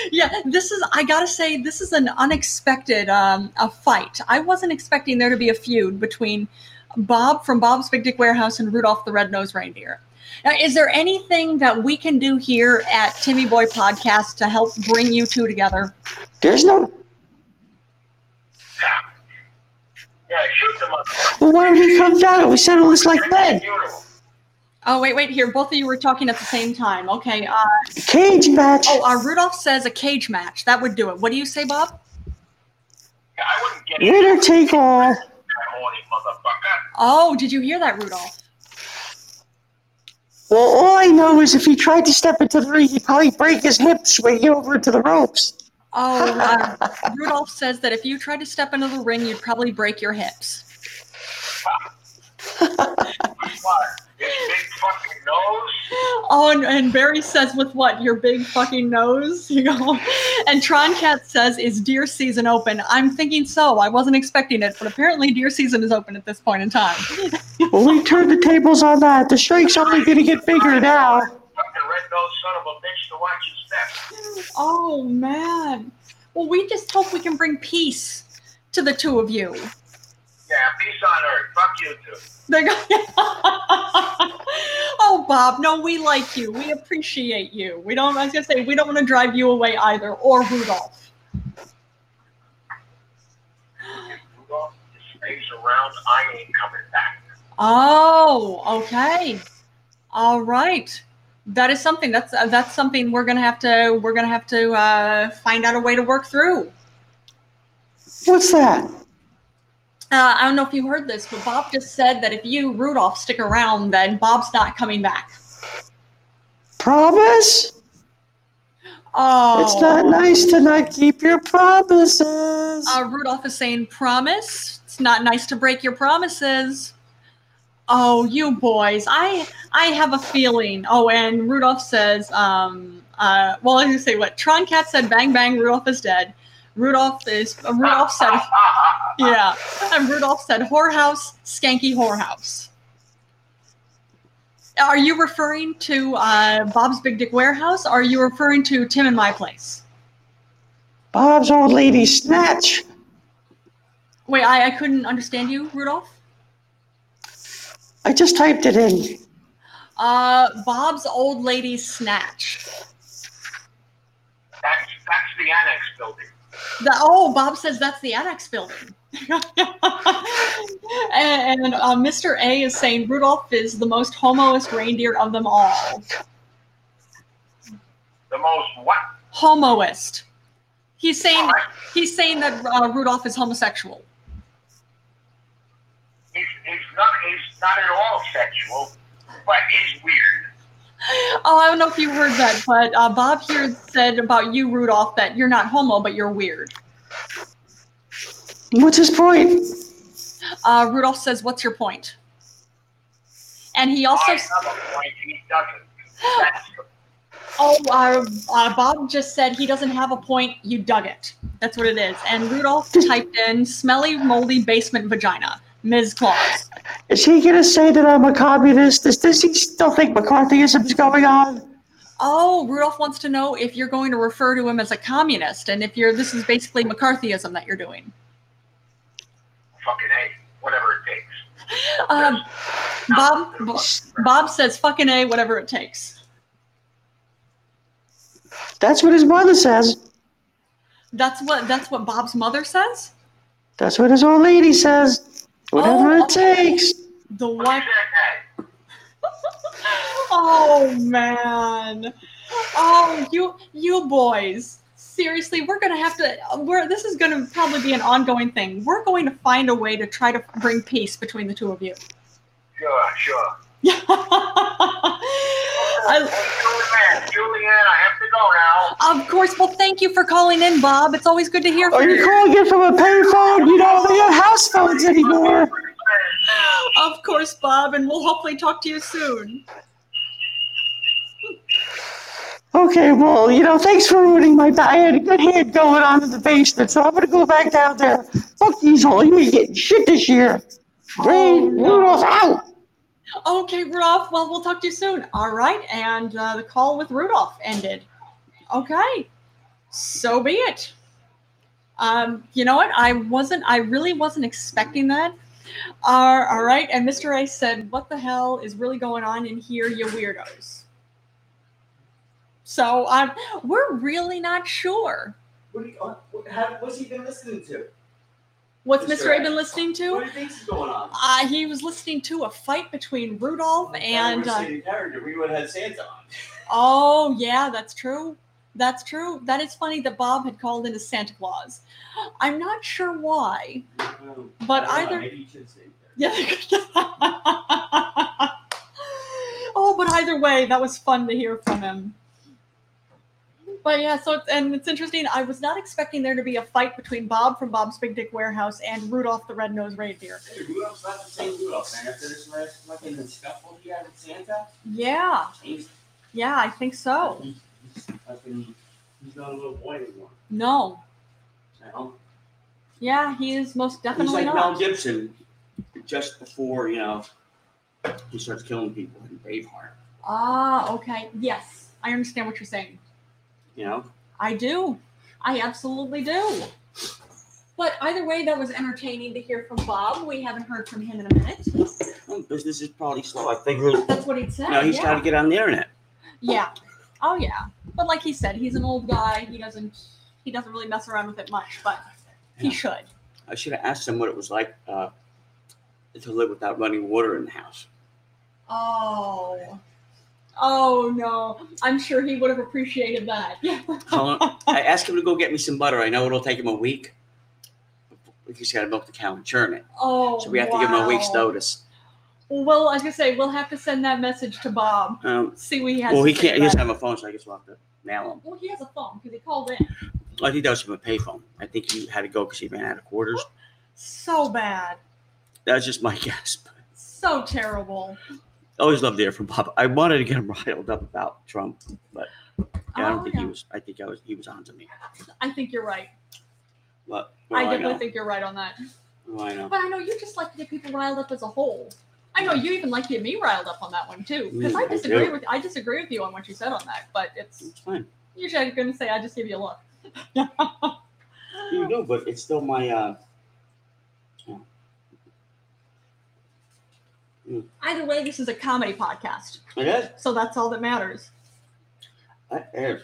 [SPEAKER 1] yeah, this is I gotta say, this is an unexpected um a fight. I wasn't expecting there to be a feud between Bob from Bob's Big Dick Warehouse and Rudolph the Red-Nosed Reindeer. Now, is there anything that we can do here at Timmy Boy Podcast to help bring you two together?
[SPEAKER 5] There's no.
[SPEAKER 4] Yeah, shoot the mother.
[SPEAKER 5] Well, why don't he come down? We settle this like men.
[SPEAKER 4] Funeral.
[SPEAKER 1] Oh wait, wait here. Both of you were talking at the same time. Okay. Uh,
[SPEAKER 5] Cage match.
[SPEAKER 1] oh, uh, Rudolph says a cage match. That would do it. What do you say, Bob?
[SPEAKER 4] Yeah, I wouldn't get into
[SPEAKER 5] Winner take all.
[SPEAKER 4] that horny motherfucker.
[SPEAKER 1] Oh, did you hear that, Rudolph?
[SPEAKER 5] Well, all I know is if he tried to step into the ring, he'd probably break his hip swinging over into the ropes.
[SPEAKER 1] Oh, uh, Rudolph says that if you tried to step into the ring, you'd probably break your hips.
[SPEAKER 4] What? His big fucking nose?
[SPEAKER 1] Oh, and, and Barry says, "With what? Your big fucking nose?" You know. And Troncat says, "Is deer season open?" I'm thinking so. I wasn't expecting it, but apparently deer season is open at this point in time.
[SPEAKER 5] Well, we turned the tables on that. The shake's only going to get bigger now.
[SPEAKER 4] Fucking red-nosed son of a bitch to watch his step.
[SPEAKER 1] Oh man. Well, we just hope we can bring peace to the two of you.
[SPEAKER 4] Yeah, peace on earth. Fuck you two.
[SPEAKER 1] They're going, oh, Bob, no, we like you. We appreciate you. We don't, I was going to say, we don't want to drive you away either, or Rudolph.
[SPEAKER 4] Rudolph just stays around. I ain't coming back.
[SPEAKER 1] Oh, okay. All right. That is something that's uh, that's something we're gonna have to we're gonna have to uh, find out a way to work through.
[SPEAKER 5] What's that?
[SPEAKER 1] Uh, I don't know if you heard this, but Bob just said that if you Rudolph stick around, then Bob's not coming back.
[SPEAKER 5] Promise?
[SPEAKER 1] Oh,
[SPEAKER 5] It's not nice to not keep your promises.
[SPEAKER 1] Uh, Rudolph is saying, "Promise. It's not nice to break your promises." Oh, you boys! I I have a feeling. Oh, and Rudolph says, um, uh, "Well, I was gonna say what Troncat said. Bang bang. Rudolph is dead. Rudolph is uh, Rudolph said, yeah, and Rudolph said, whorehouse, skanky whorehouse." Are you referring to uh, Bob's Big Dick Warehouse? Are you referring to Tim and My Place?
[SPEAKER 5] Bob's old lady snatch.
[SPEAKER 1] Wait, I, I couldn't understand you, Rudolph.
[SPEAKER 5] I just typed it in.
[SPEAKER 1] Uh, Bob's old lady snatch.
[SPEAKER 4] That's, that's the annex building.
[SPEAKER 1] The, oh, Bob says that's the annex building. and and, uh, Mr. A is saying Rudolph is the most homoist reindeer of them all.
[SPEAKER 4] the most what?
[SPEAKER 1] Homoist. He's saying
[SPEAKER 4] Alright.
[SPEAKER 1] he's saying that uh, Rudolph is homosexual.
[SPEAKER 4] He's, he's not he's not at all sexual, but he's weird.
[SPEAKER 1] Oh, I don't know if you heard that, but uh, Bob here said about you, Rudolph, that you're not homo, but you're weird.
[SPEAKER 5] What's his point?
[SPEAKER 1] Uh, Rudolph says, "What's your point?" And he also,
[SPEAKER 4] I have a point. He doesn't. That's the
[SPEAKER 1] oh, uh, uh, Bob just said he doesn't have a point. You dug it. That's what it is. And Rudolph typed in "smelly, moldy basement vagina." Ms. Claus.
[SPEAKER 5] Is he going to say that I'm a communist? Does, does he still think McCarthyism is going on?
[SPEAKER 1] Oh, Rudolph wants to know if you're going to refer to him as a communist, and if you're this is basically McCarthyism that you're doing.
[SPEAKER 4] fucking A. Whatever it takes.
[SPEAKER 1] Um, Bob Bob says fucking a whatever it takes.
[SPEAKER 5] That's what his mother says.
[SPEAKER 1] That's what that's what Bob's mother says.
[SPEAKER 5] That's what his old lady says. Whatever
[SPEAKER 1] Oh.
[SPEAKER 5] it takes.
[SPEAKER 1] The
[SPEAKER 4] Who said
[SPEAKER 1] what?
[SPEAKER 4] that?
[SPEAKER 1] Oh man. Oh you you boys. Seriously, we're gonna have to. We're this is gonna probably be an ongoing thing. We're going to find a way to try to bring peace between the two of you.
[SPEAKER 4] Sure, sure.
[SPEAKER 1] I-
[SPEAKER 4] Hey, Julianne, Julianne, I have to go now.
[SPEAKER 1] of course. Well, thank you for calling in, Bob. It's always good to hear
[SPEAKER 5] Are
[SPEAKER 1] from
[SPEAKER 5] you
[SPEAKER 1] you.
[SPEAKER 5] calling it from a pay phone? You don't have house phones anymore.
[SPEAKER 1] Of course, Bob, and we'll hopefully talk to you soon.
[SPEAKER 5] Okay, well, you know, thanks for ruining my night. I had a good head going on in the basement, so I'm going to go back down there. Fuck these all. You ain't getting shit this year. Rain, Rudolph out.
[SPEAKER 1] Okay, Rudolph. Well, we'll talk to you soon. All right. And uh, the call with Rudolph ended. Okay. So be it. Um, you know what? I wasn't, I really wasn't expecting that. Uh, all right. And Mr. A said, What the hell is really going on in here, you weirdos? So um, we're really not sure.
[SPEAKER 3] What, do you, uh, what, how, what's he been listening to?
[SPEAKER 1] What's
[SPEAKER 3] Mr.
[SPEAKER 1] Mr. A
[SPEAKER 3] A.
[SPEAKER 1] been listening
[SPEAKER 3] What do
[SPEAKER 1] to?
[SPEAKER 3] you think's going on?
[SPEAKER 1] Uh, he was listening to a fight between Rudolph and.
[SPEAKER 3] If I would've
[SPEAKER 1] Uh,
[SPEAKER 3] stayed in character, we would have had Santa on.
[SPEAKER 1] Oh, yeah, that's true. That's true. That is funny that Bob had called in as Santa Claus. I'm not sure why,
[SPEAKER 3] Um,
[SPEAKER 1] but
[SPEAKER 3] I don't know,
[SPEAKER 1] either.
[SPEAKER 3] maybe you should stay in character.
[SPEAKER 1] Yeah. oh, but either way, that was fun to hear from him. But yeah, so it's, and it's interesting. I was not expecting there to be a fight between Bob from Bob's Big Dick Warehouse and Rudolph the Red-Nosed Reindeer.
[SPEAKER 3] Hey, Rudolph's not the same Rudolph, man. After this last fucking scuffle he had with Santa,
[SPEAKER 1] Yeah,
[SPEAKER 3] changed.
[SPEAKER 1] yeah, I think so.
[SPEAKER 3] He- he's fucking- he's not a little boy anymore.
[SPEAKER 1] No,
[SPEAKER 3] You know?
[SPEAKER 1] yeah, he is most
[SPEAKER 2] He's
[SPEAKER 1] definitely
[SPEAKER 2] like
[SPEAKER 1] not.
[SPEAKER 2] Mel Gibson just before, you know, he starts killing people in Braveheart.
[SPEAKER 1] Ah, okay. Yes, I understand what you're saying.
[SPEAKER 2] You know?
[SPEAKER 1] I do. I absolutely do. But either way, that was entertaining to hear from Bob. We haven't heard from him in a minute.
[SPEAKER 2] Well, business is probably slow. I think he'll,
[SPEAKER 1] That's what he said.
[SPEAKER 2] no, he's
[SPEAKER 1] yeah.
[SPEAKER 2] got to get on the internet.
[SPEAKER 1] yeah. Oh yeah. But like he said, he's an old guy. He doesn't he doesn't really mess around with it much, but he
[SPEAKER 2] Yeah.
[SPEAKER 1] should.
[SPEAKER 2] I should have asked him what it was like uh, to live without running water in the house.
[SPEAKER 1] Oh. Oh no. I'm sure he would have appreciated that.
[SPEAKER 2] Colin, I asked him to go get me some butter. I know it'll take him a week. We just got to milk the cow and churn it.
[SPEAKER 1] oh.
[SPEAKER 2] So we have to give him a week's
[SPEAKER 1] wow.
[SPEAKER 2] notice.
[SPEAKER 1] Well, like I say, we'll have to send that message to Bob.
[SPEAKER 2] Um,
[SPEAKER 1] See what he has.
[SPEAKER 2] well,
[SPEAKER 1] to
[SPEAKER 2] he
[SPEAKER 1] say
[SPEAKER 2] can't. He
[SPEAKER 1] about
[SPEAKER 2] doesn't
[SPEAKER 1] it.
[SPEAKER 2] have a phone, so I guess we'll have to nail him.
[SPEAKER 1] Well, he has a phone because he called in.
[SPEAKER 2] Like he does from a payphone. I think he had to go because he ran out of quarters.
[SPEAKER 1] So bad.
[SPEAKER 2] That's just my guess. But
[SPEAKER 1] So terrible.
[SPEAKER 2] I always loved to hear from Bob. I wanted to get him riled up about Trump. Yeah, I don't
[SPEAKER 1] oh,
[SPEAKER 2] think
[SPEAKER 1] yeah.
[SPEAKER 2] he was. I think I was. He was on to me.
[SPEAKER 1] I think you're right.
[SPEAKER 2] But what
[SPEAKER 1] I
[SPEAKER 2] do I,
[SPEAKER 1] definitely
[SPEAKER 2] know?
[SPEAKER 1] think you're right on that.
[SPEAKER 2] What do I know.
[SPEAKER 1] But I know you just like to get people riled up as a whole. I know you even like to get me riled up on that one too. Because
[SPEAKER 2] Mm,
[SPEAKER 1] I
[SPEAKER 2] I
[SPEAKER 1] disagree
[SPEAKER 2] do.
[SPEAKER 1] with I disagree with you on what you said on that, but it's
[SPEAKER 2] It's fine.
[SPEAKER 1] usually I'm gonna say I just give you a look.
[SPEAKER 2] You do, but it's still my. uh
[SPEAKER 1] Either way, this is a comedy podcast.
[SPEAKER 2] It is.
[SPEAKER 1] So that's all that matters.
[SPEAKER 2] It is.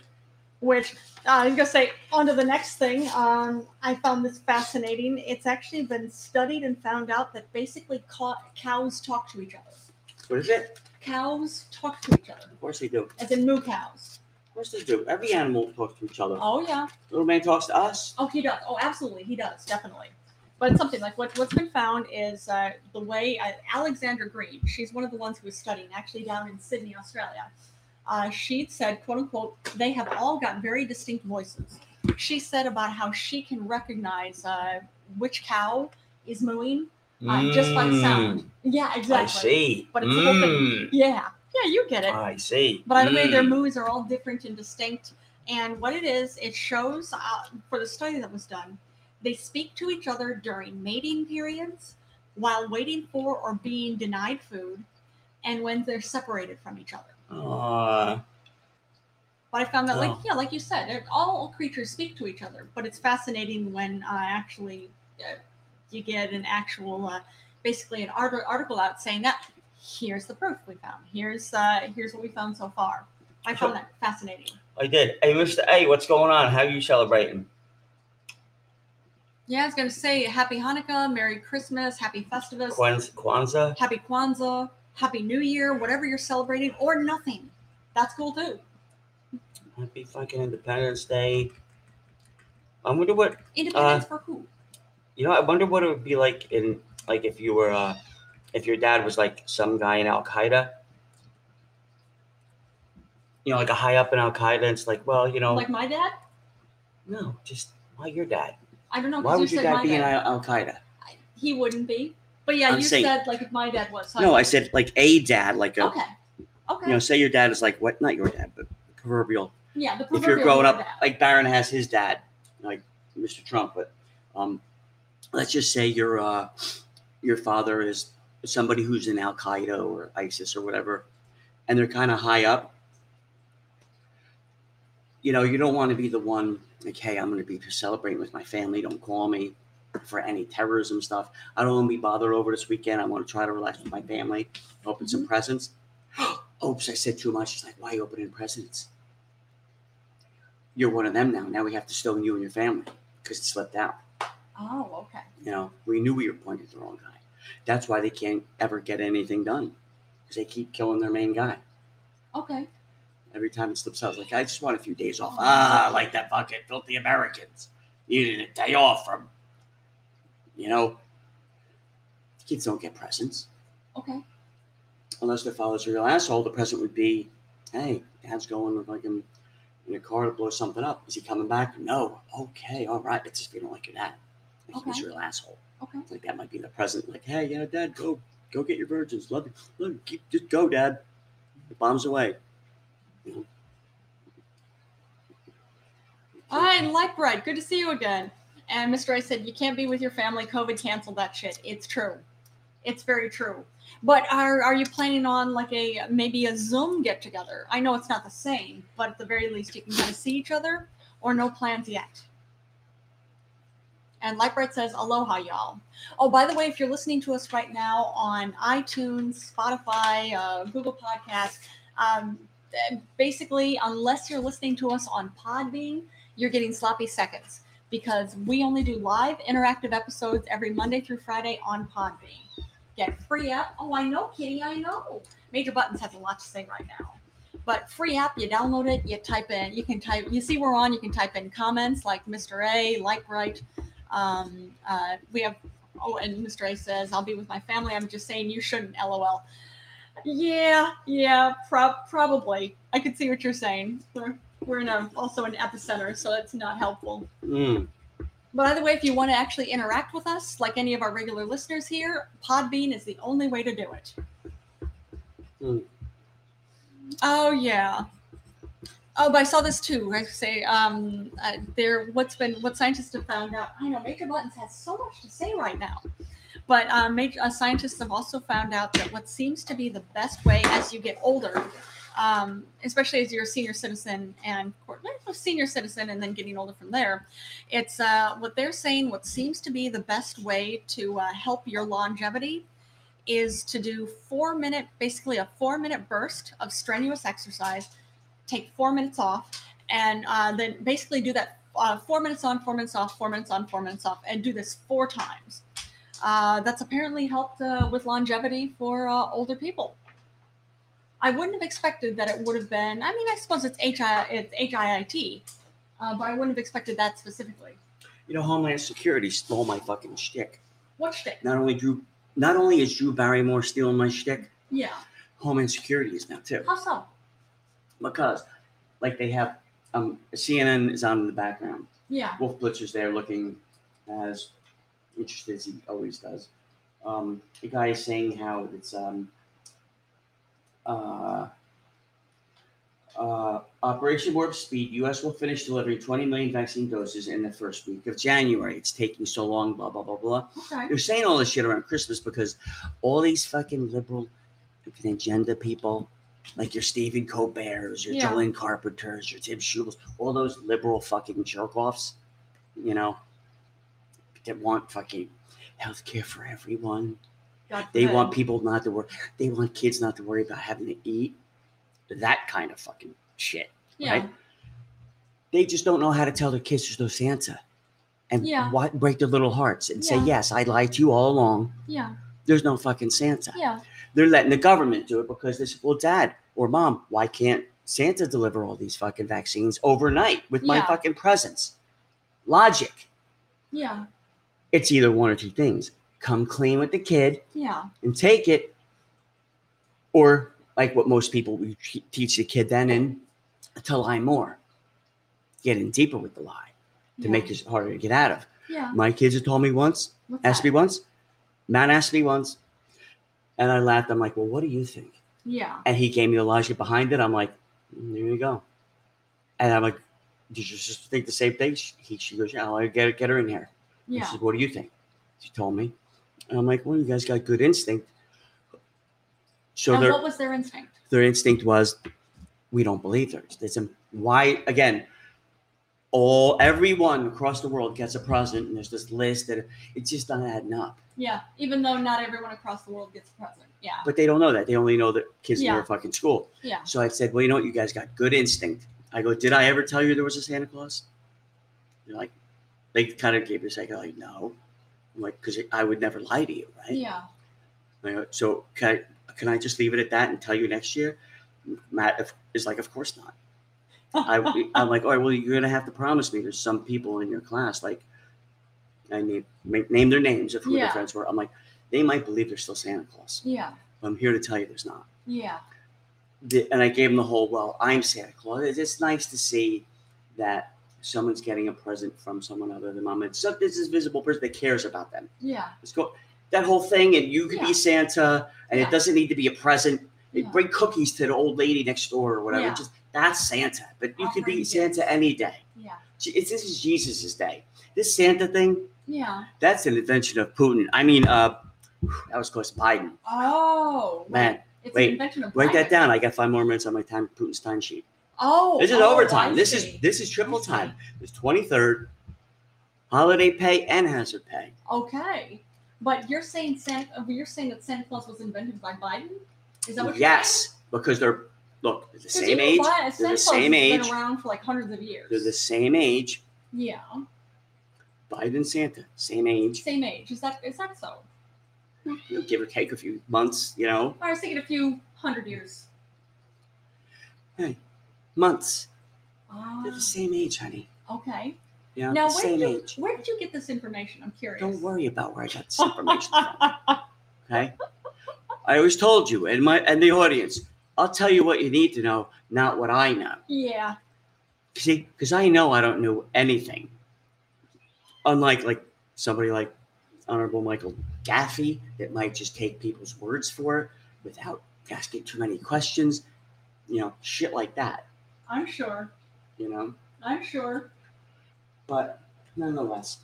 [SPEAKER 1] which uh, I was going to say, on to the next thing. Um, I found this fascinating. It's actually been studied and found out that basically co- cows talk to each other.
[SPEAKER 2] What is it?
[SPEAKER 1] Cows talk to each other,
[SPEAKER 2] Of course they do.
[SPEAKER 1] as in moo cows.
[SPEAKER 2] Of course they do. Every animal talks to each other.
[SPEAKER 1] Oh yeah.
[SPEAKER 2] Little man talks to us.
[SPEAKER 1] Oh, he does. Oh, absolutely, he does, definitely. But something like what what's been found is uh, the way uh, Alexandra Green. She's one of the ones who was studying, actually down in Sydney, Australia. Uh, she said, "quote unquote," they have all got very distinct voices. She said about how she can recognize uh, which cow is mooing. Uh, just like sound. Yeah,
[SPEAKER 2] Mm. I
[SPEAKER 1] exactly.
[SPEAKER 2] see.
[SPEAKER 1] But it's a whole
[SPEAKER 2] Mm,
[SPEAKER 1] Yeah, yeah, you get it.
[SPEAKER 2] I see.
[SPEAKER 1] But either way, their
[SPEAKER 2] Mm.
[SPEAKER 1] moves are all different and distinct. And what it is, it shows uh, for the study that was done, they speak to each other during mating periods while waiting for or being denied food and when they're separated from each other.
[SPEAKER 2] Aw.
[SPEAKER 1] But I found that, like,
[SPEAKER 2] Wow.
[SPEAKER 1] yeah, like you said, they're- all creatures speak to each other. But it's fascinating when uh, actually uh, you get an actual, uh, basically an art- article out saying that here's the proof we found. Here's uh, here's what we found so far. I found that fascinating.
[SPEAKER 2] I did. Hey, Mr. A, what's going on? How you celebrating?
[SPEAKER 1] Yeah, I was gonna say Happy Hanukkah, Merry Christmas, Happy Festivus,
[SPEAKER 2] Kwanzaa? Kwanzaa?
[SPEAKER 1] Happy Kwanzaa, Happy New Year, whatever you're celebrating, or nothing. That's cool too.
[SPEAKER 2] Happy fucking Independence Day. I wonder what Uh,
[SPEAKER 1] Independence for who?
[SPEAKER 2] you know. I wonder what it would be like in like if you were uh if your dad was like some guy in Al Qaeda. You know, like a high up in Al Qaeda. It's like, well, you know,
[SPEAKER 1] Like my dad?
[SPEAKER 2] no, just why your dad?
[SPEAKER 1] I don't know. 'cause
[SPEAKER 2] Why
[SPEAKER 1] you
[SPEAKER 2] would your
[SPEAKER 1] said my
[SPEAKER 2] dad be in Al Qaeda?
[SPEAKER 1] I- He wouldn't be. But yeah,
[SPEAKER 2] I'm
[SPEAKER 1] you
[SPEAKER 2] saying-
[SPEAKER 1] said like if my dad was. so
[SPEAKER 2] No, I
[SPEAKER 1] thought-
[SPEAKER 2] said like a dad, like a
[SPEAKER 1] Okay. Okay.
[SPEAKER 2] you know, say your dad is like what? Not your dad, but proverbial
[SPEAKER 1] yeah, the
[SPEAKER 2] if you're
[SPEAKER 1] proverbial
[SPEAKER 2] growing up
[SPEAKER 1] dad.
[SPEAKER 2] like Barron has his dad, like Mr. Trump, but um, let's just say your uh, your father is somebody who's in Al Qaeda or ISIS or whatever, and they're kind of high up. You know, you don't want to be the one like, hey, I'm going to be celebrating with my family. Don't call me for any terrorism stuff. I don't want to be bothered over this weekend. I want to try to relax with my family, open some
[SPEAKER 1] Mm-hmm.
[SPEAKER 2] presents. Oops, I said too much. She's like, why are you opening presents? you're one of them now. Now we have to stone you and your family because it slipped out.
[SPEAKER 1] Oh, okay.
[SPEAKER 2] You know, we knew we were pointing at the wrong guy. That's why they can't ever get anything done because they keep killing their main guy
[SPEAKER 1] Okay.
[SPEAKER 2] every time it slips out. It's like, I just want a few days off. Ah, like that fucking filthy Americans. You needed a day off from, you know, kids don't get presents.
[SPEAKER 1] Okay.
[SPEAKER 2] unless their father's a real asshole, the present would be, hey, dad's going with like in, in a car to blow something up. Is he coming back? No. Okay, all right. It's just we don't like your dad. Like he's
[SPEAKER 1] Okay.
[SPEAKER 2] a real asshole.
[SPEAKER 1] Okay.
[SPEAKER 2] Like that might be the present. Like, hey, yeah, dad, go go get your virgins. Love you. Look, keep, just go, dad. The bomb's away.
[SPEAKER 1] All right, Lightbright, good to see you again. And Mr. I said, You can't be with your family. COVID canceled that shit. It's true. It's very true. But are, are you planning on like a maybe a Zoom get together? I know it's not the same, but at the very least, you can kind of see each other or no plans yet. And Lightbright says, Aloha, y'all. Oh, by the way, if you're listening to us right now on iTunes, Spotify, uh, Google Podcasts, um, basically, unless you're listening to us on Podbean, you're getting sloppy seconds because we only do live interactive episodes every Monday through Friday on Podbean. Get free app. Oh, I know, Kitty, I know. Major Buttons has a lot to say right now. But free app, you download it, you type in, you can type, you see we're on, you can type in comments like Mr. A, like right. Um, uh, we have, oh, and Mr. A says, I'll be with my family. I'm just saying you shouldn't, lol. Yeah, yeah, prob- probably. I could see what you're saying. We're- we're in a also an epicenter, so that's not helpful.
[SPEAKER 2] Mm.
[SPEAKER 1] But either way, if you want to actually interact with us, like any of our regular listeners here, Podbean is the only way to do it.
[SPEAKER 2] Hmm.
[SPEAKER 1] Oh yeah. Oh, but I saw this too. I say, um, uh, there. What's been what scientists have found out? I know Major Buttons has so much to say right now, but uh, major uh, scientists have also found out that what seems to be the best way as you get older um, especially as you're a senior citizen and or- well, senior citizen and then getting older from there it's uh, what they're saying what seems to be the best way to uh, help your longevity is to do four minute basically a four minute burst of strenuous exercise take four minutes off and uh, then basically do that uh, four minutes on four minutes off four minutes on four minutes off and do this four times uh, that's apparently helped uh, with longevity for uh, older people I wouldn't have expected that it would have been. I mean, I suppose it's H I it's H I I T, uh, but I wouldn't have expected that specifically.
[SPEAKER 2] You know, Homeland Security stole my fucking shtick.
[SPEAKER 1] What shtick?
[SPEAKER 2] Not only Drew, not only is Drew Barrymore stealing my shtick,
[SPEAKER 1] Yeah.
[SPEAKER 2] Homeland Security is now too.
[SPEAKER 1] How so?
[SPEAKER 2] Because, like, they have um, CNN is on in the background.
[SPEAKER 1] Yeah.
[SPEAKER 2] Wolf Blitzer's there looking as interested as he always does. Um, the guy is saying how it's um, uh, uh, Operation Warp Speed. U.S. will finish delivering 20 million vaccine doses in the first week of January. It's taking so long. Blah blah blah blah.
[SPEAKER 1] Okay.
[SPEAKER 2] They're saying all this shit around Christmas because all these fucking liberal fucking agenda people, like your Stephen Colbert's, your
[SPEAKER 1] Yeah.
[SPEAKER 2] Jolene Carpenter's, your Tim Schul's, all those liberal fucking jerk offs, you know, that want fucking health care for everyone.
[SPEAKER 1] God
[SPEAKER 2] They
[SPEAKER 1] forbid.
[SPEAKER 2] want people not to worry. They want kids not to worry about having to eat. That kind of fucking shit.
[SPEAKER 1] Yeah.
[SPEAKER 2] right? They just don't know how to tell their kids there's no Santa. And
[SPEAKER 1] Yeah.
[SPEAKER 2] why- break their little hearts and say,
[SPEAKER 1] Yeah.
[SPEAKER 2] yes, I lied to you all along.
[SPEAKER 1] Yeah.
[SPEAKER 2] There's no fucking Santa.
[SPEAKER 1] Yeah.
[SPEAKER 2] They're letting the government do it because they said, well, dad or mom, why can't Santa deliver all these fucking vaccines overnight with my
[SPEAKER 1] Yeah.
[SPEAKER 2] fucking presence? Logic.
[SPEAKER 1] Yeah.
[SPEAKER 2] It's either one or two things come clean with the kid
[SPEAKER 1] Yeah.
[SPEAKER 2] and take it, or like what most people we te- teach the kid then and to lie more, get in deeper with the lie to
[SPEAKER 1] yeah.
[SPEAKER 2] make it harder to get out of.
[SPEAKER 1] Yeah.
[SPEAKER 2] My kids have told me once,
[SPEAKER 1] What's
[SPEAKER 2] asked
[SPEAKER 1] that?
[SPEAKER 2] me once, Matt asked me once, and I laughed. I'm like, well, what do you think?
[SPEAKER 1] Yeah.
[SPEAKER 2] And he gave me the logic behind it. I'm like, "Mm, there you go. And I'm like, did you just think the same thing? She, he, she goes, yeah, I'll get, get her in here. And
[SPEAKER 1] Yeah.
[SPEAKER 2] She said, what do you think? She told me. And I'm like, well, you guys got good instinct. So
[SPEAKER 1] And
[SPEAKER 2] their,
[SPEAKER 1] what was their instinct?
[SPEAKER 2] their instinct was, we don't believe her. It's a, why, again, all everyone across the world gets a president, and there's this list that it's just not adding up.
[SPEAKER 1] Yeah. Even though not everyone across the world gets a present. Yeah.
[SPEAKER 2] But they don't know that. They only know that kids in
[SPEAKER 1] Yeah.
[SPEAKER 2] their fucking school.
[SPEAKER 1] Yeah.
[SPEAKER 2] So I said, Well, you know what? You guys got good instinct. I go, Did I ever tell you there was a Santa Claus? They're like, They kind of gave me a second, like, No. I'm like, Because I would never lie to you, right?
[SPEAKER 1] Yeah.
[SPEAKER 2] And I go, so can I, can I just leave it at that and tell you next year? Matt of- is like, Of course not. I, I'm like, All right, well, you're going to have to promise me there's some people in your class, like, I name, ma- name their names of who
[SPEAKER 1] Yeah.
[SPEAKER 2] their friends were. I'm like, They might believe there's still Santa Claus.
[SPEAKER 1] yeah.
[SPEAKER 2] I'm here to tell you there's not
[SPEAKER 1] Yeah.
[SPEAKER 2] the, and I gave him the whole, well, I'm Santa Claus. It's, it's nice to see that someone's getting a present from someone other than mom. It's so, this is visible person that cares about them.
[SPEAKER 1] Yeah.
[SPEAKER 2] Let's go. That whole thing, and you could
[SPEAKER 1] Yeah.
[SPEAKER 2] be Santa, and
[SPEAKER 1] Yeah.
[SPEAKER 2] it doesn't need to be a present. They
[SPEAKER 1] Yeah.
[SPEAKER 2] Bring cookies to the old lady next door or whatever.
[SPEAKER 1] Yeah. Oh
[SPEAKER 2] Just that's Santa, but you could
[SPEAKER 1] Offering
[SPEAKER 2] be
[SPEAKER 1] gifts.
[SPEAKER 2] Santa any day.
[SPEAKER 1] Yeah.
[SPEAKER 2] Je- It's, this is Jesus's day. This Santa thing,
[SPEAKER 1] Yeah.
[SPEAKER 2] that's an invention of Putin. I mean, uh, that was close to Biden.
[SPEAKER 1] Oh. wait.
[SPEAKER 2] Man,
[SPEAKER 1] It's
[SPEAKER 2] wait.
[SPEAKER 1] an invention of
[SPEAKER 2] write that
[SPEAKER 1] Biden.
[SPEAKER 2] down. I got five more minutes on my time Putin's time sheet.
[SPEAKER 1] Oh.
[SPEAKER 2] This is
[SPEAKER 1] oh, I
[SPEAKER 2] overtime. This
[SPEAKER 1] see.
[SPEAKER 2] is this is triple
[SPEAKER 1] I see.
[SPEAKER 2] time. It's twenty third, holiday pay and hazard pay.
[SPEAKER 1] Okay. But you're saying Santa, uh, you're saying that Santa Claus was invented by Biden? Is that what you're
[SPEAKER 2] Yes, because they're look they're the
[SPEAKER 1] saying? 'Cause you
[SPEAKER 2] same
[SPEAKER 1] know
[SPEAKER 2] age.
[SPEAKER 1] why? Santa
[SPEAKER 2] They're the
[SPEAKER 1] Claus
[SPEAKER 2] same
[SPEAKER 1] has
[SPEAKER 2] age.
[SPEAKER 1] Been around for like hundreds of years.
[SPEAKER 2] They're the same age.
[SPEAKER 1] yeah.
[SPEAKER 2] Biden Santa, same age.
[SPEAKER 1] Same age. Is that is that so?
[SPEAKER 2] You know, give or take a few months. You know,
[SPEAKER 1] I was thinking a few hundred years.
[SPEAKER 2] months.
[SPEAKER 1] Ah.
[SPEAKER 2] They're the same age, honey.
[SPEAKER 1] Okay.
[SPEAKER 2] You know,
[SPEAKER 1] now,
[SPEAKER 2] the
[SPEAKER 1] where did
[SPEAKER 2] same
[SPEAKER 1] you
[SPEAKER 2] age.
[SPEAKER 1] where did you get this information? I'm curious.
[SPEAKER 2] Don't worry about where I got this information from. Okay. I always told you and my and the audience. I'll tell you what you need to know, not what I know.
[SPEAKER 1] yeah.
[SPEAKER 2] See, because I know I don't know anything. Unlike like somebody like Honorable Michael Gaffey that might just take people's words for it without asking too many questions, you know, shit like that,
[SPEAKER 1] I'm sure.
[SPEAKER 2] you know.
[SPEAKER 1] I'm sure.
[SPEAKER 2] But nonetheless,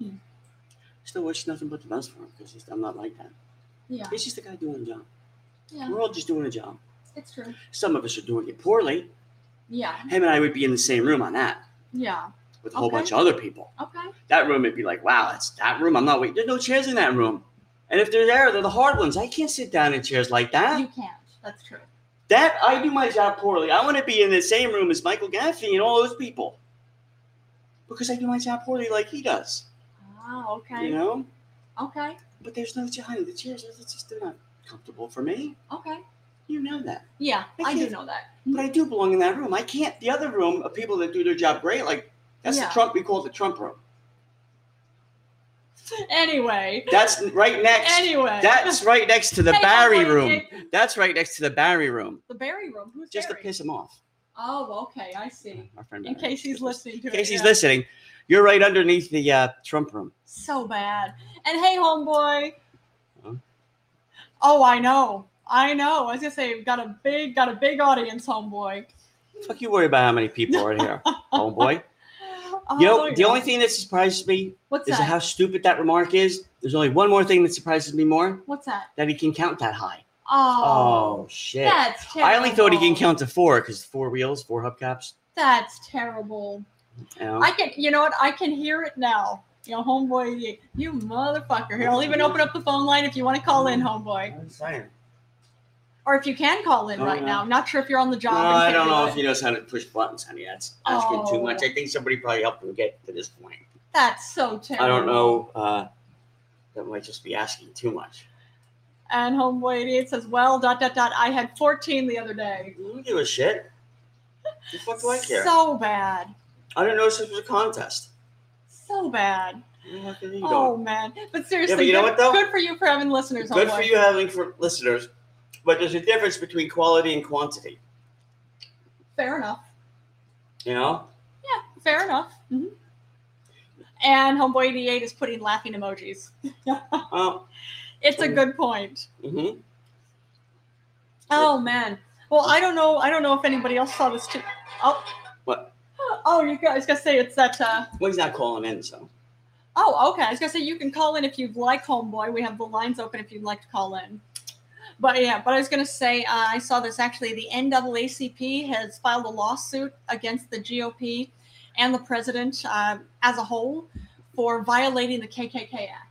[SPEAKER 1] Hmm.
[SPEAKER 2] still wish nothing but the best for him because I'm not like that.
[SPEAKER 1] Yeah.
[SPEAKER 2] He's just a guy doing a job.
[SPEAKER 1] Yeah.
[SPEAKER 2] We're all just doing a job.
[SPEAKER 1] It's true.
[SPEAKER 2] Some of us are doing it poorly.
[SPEAKER 1] Yeah.
[SPEAKER 2] Him and I would be in the same room on that
[SPEAKER 1] Yeah.
[SPEAKER 2] with a whole
[SPEAKER 1] Okay.
[SPEAKER 2] bunch of other people.
[SPEAKER 1] Okay.
[SPEAKER 2] that room it'd be like, wow, that's that room. I'm not waiting. There's no chairs in that room. And if they're there, they're the hard ones. I can't sit down in chairs like that.
[SPEAKER 1] You can't. That's true.
[SPEAKER 2] That I do my job poorly. I want to be in the same room as Michael Gaffey and all those people. Because I do my job poorly like he does.
[SPEAKER 1] Ah. Okay.
[SPEAKER 2] You know?
[SPEAKER 1] Okay.
[SPEAKER 2] But there's no chair. honey, The chairs are it's just they're not comfortable for me.
[SPEAKER 1] Okay.
[SPEAKER 2] You know that.
[SPEAKER 1] Yeah,
[SPEAKER 2] I
[SPEAKER 1] I do
[SPEAKER 2] can't-
[SPEAKER 1] know that.
[SPEAKER 2] But I do belong in that room. I can't. The other room of people that do their job great, like that's
[SPEAKER 1] Yeah.
[SPEAKER 2] the Trump. We call it the Trump room.
[SPEAKER 1] Anyway.
[SPEAKER 2] That's right next.
[SPEAKER 1] Anyway.
[SPEAKER 2] That's right next to the
[SPEAKER 1] Hey,
[SPEAKER 2] Barry
[SPEAKER 1] everybody,
[SPEAKER 2] room.
[SPEAKER 1] hey,
[SPEAKER 2] That's right next to the Barry room.
[SPEAKER 1] The Barry room. Who's
[SPEAKER 2] Just to
[SPEAKER 1] Barry?
[SPEAKER 2] piss him off.
[SPEAKER 1] Oh, okay. I see.
[SPEAKER 2] Our friend
[SPEAKER 1] In
[SPEAKER 2] Barry.
[SPEAKER 1] case he's listening to
[SPEAKER 2] In
[SPEAKER 1] it.
[SPEAKER 2] case he's
[SPEAKER 1] yeah.
[SPEAKER 2] listening, you're right underneath the uh, Trump room.
[SPEAKER 1] So bad. And hey, homeboy.
[SPEAKER 2] Huh?
[SPEAKER 1] Oh, I know. I know. I was gonna say, we've got a big, got a big audience, homeboy.
[SPEAKER 2] Fuck you worry about how many people are in here, homeboy.
[SPEAKER 1] Oh,
[SPEAKER 2] You know, the
[SPEAKER 1] yeah.
[SPEAKER 2] only thing that surprises me
[SPEAKER 1] What's
[SPEAKER 2] is
[SPEAKER 1] that?
[SPEAKER 2] how stupid that remark is. There's only one more thing that surprises me more
[SPEAKER 1] What's that?
[SPEAKER 2] that he can count that high.
[SPEAKER 1] Oh,
[SPEAKER 2] Oh, shit.
[SPEAKER 1] that's terrible.
[SPEAKER 2] I only thought he can count to four because four wheels, four hubcaps.
[SPEAKER 1] That's terrible.
[SPEAKER 2] You know?
[SPEAKER 1] I can, you know what? I can hear it now. You know, homeboy, you, you motherfucker. Here, I'll even open up the phone line if you want to call in, homeboy,
[SPEAKER 2] I'm saying.
[SPEAKER 1] or if you can call in
[SPEAKER 2] Oh,
[SPEAKER 1] right
[SPEAKER 2] no.
[SPEAKER 1] now. Not sure if you're on the
[SPEAKER 2] No,
[SPEAKER 1] job. and
[SPEAKER 2] I
[SPEAKER 1] can
[SPEAKER 2] don't
[SPEAKER 1] do
[SPEAKER 2] know
[SPEAKER 1] it.
[SPEAKER 2] if he knows how to push buttons, honey. That's asking
[SPEAKER 1] Oh.
[SPEAKER 2] too much. I think somebody probably helped him get to this point.
[SPEAKER 1] That's so terrible.
[SPEAKER 2] I don't know. Uh, that might just be asking too much.
[SPEAKER 1] And homeboy idiot says, well, dot dot dot. I had 14 the other day.
[SPEAKER 2] I don't give a shit. The fuck do I care?
[SPEAKER 1] So bad.
[SPEAKER 2] I didn't know this was a contest.
[SPEAKER 1] So bad.
[SPEAKER 2] What the fuck are you
[SPEAKER 1] Oh man. But seriously,
[SPEAKER 2] you know
[SPEAKER 1] good,
[SPEAKER 2] what, though?
[SPEAKER 1] good for you for having listeners,
[SPEAKER 2] doing? Good
[SPEAKER 1] homeboy.
[SPEAKER 2] for you having for listeners, but there's a difference between quality and quantity.
[SPEAKER 1] Fair enough.
[SPEAKER 2] You know,
[SPEAKER 1] Yeah, fair enough. hmm And homeboy 88 is putting laughing emojis.
[SPEAKER 2] oh,
[SPEAKER 1] It's a good point.
[SPEAKER 2] hmm
[SPEAKER 1] Oh man. Well, I don't know. I don't know if anybody else saw this too. Oh.
[SPEAKER 2] What?
[SPEAKER 1] Oh, you guys gonna say it's that? Uh...
[SPEAKER 2] well, he's not calling in, so
[SPEAKER 1] Oh, okay. I was gonna say you can call in if you'd like, homeboy. We have the lines open if you'd like to call in. But yeah, but I was gonna say uh, I saw this actually. The NAACP has filed a lawsuit against the GOP and the president uh, as a whole for violating the KKK Act.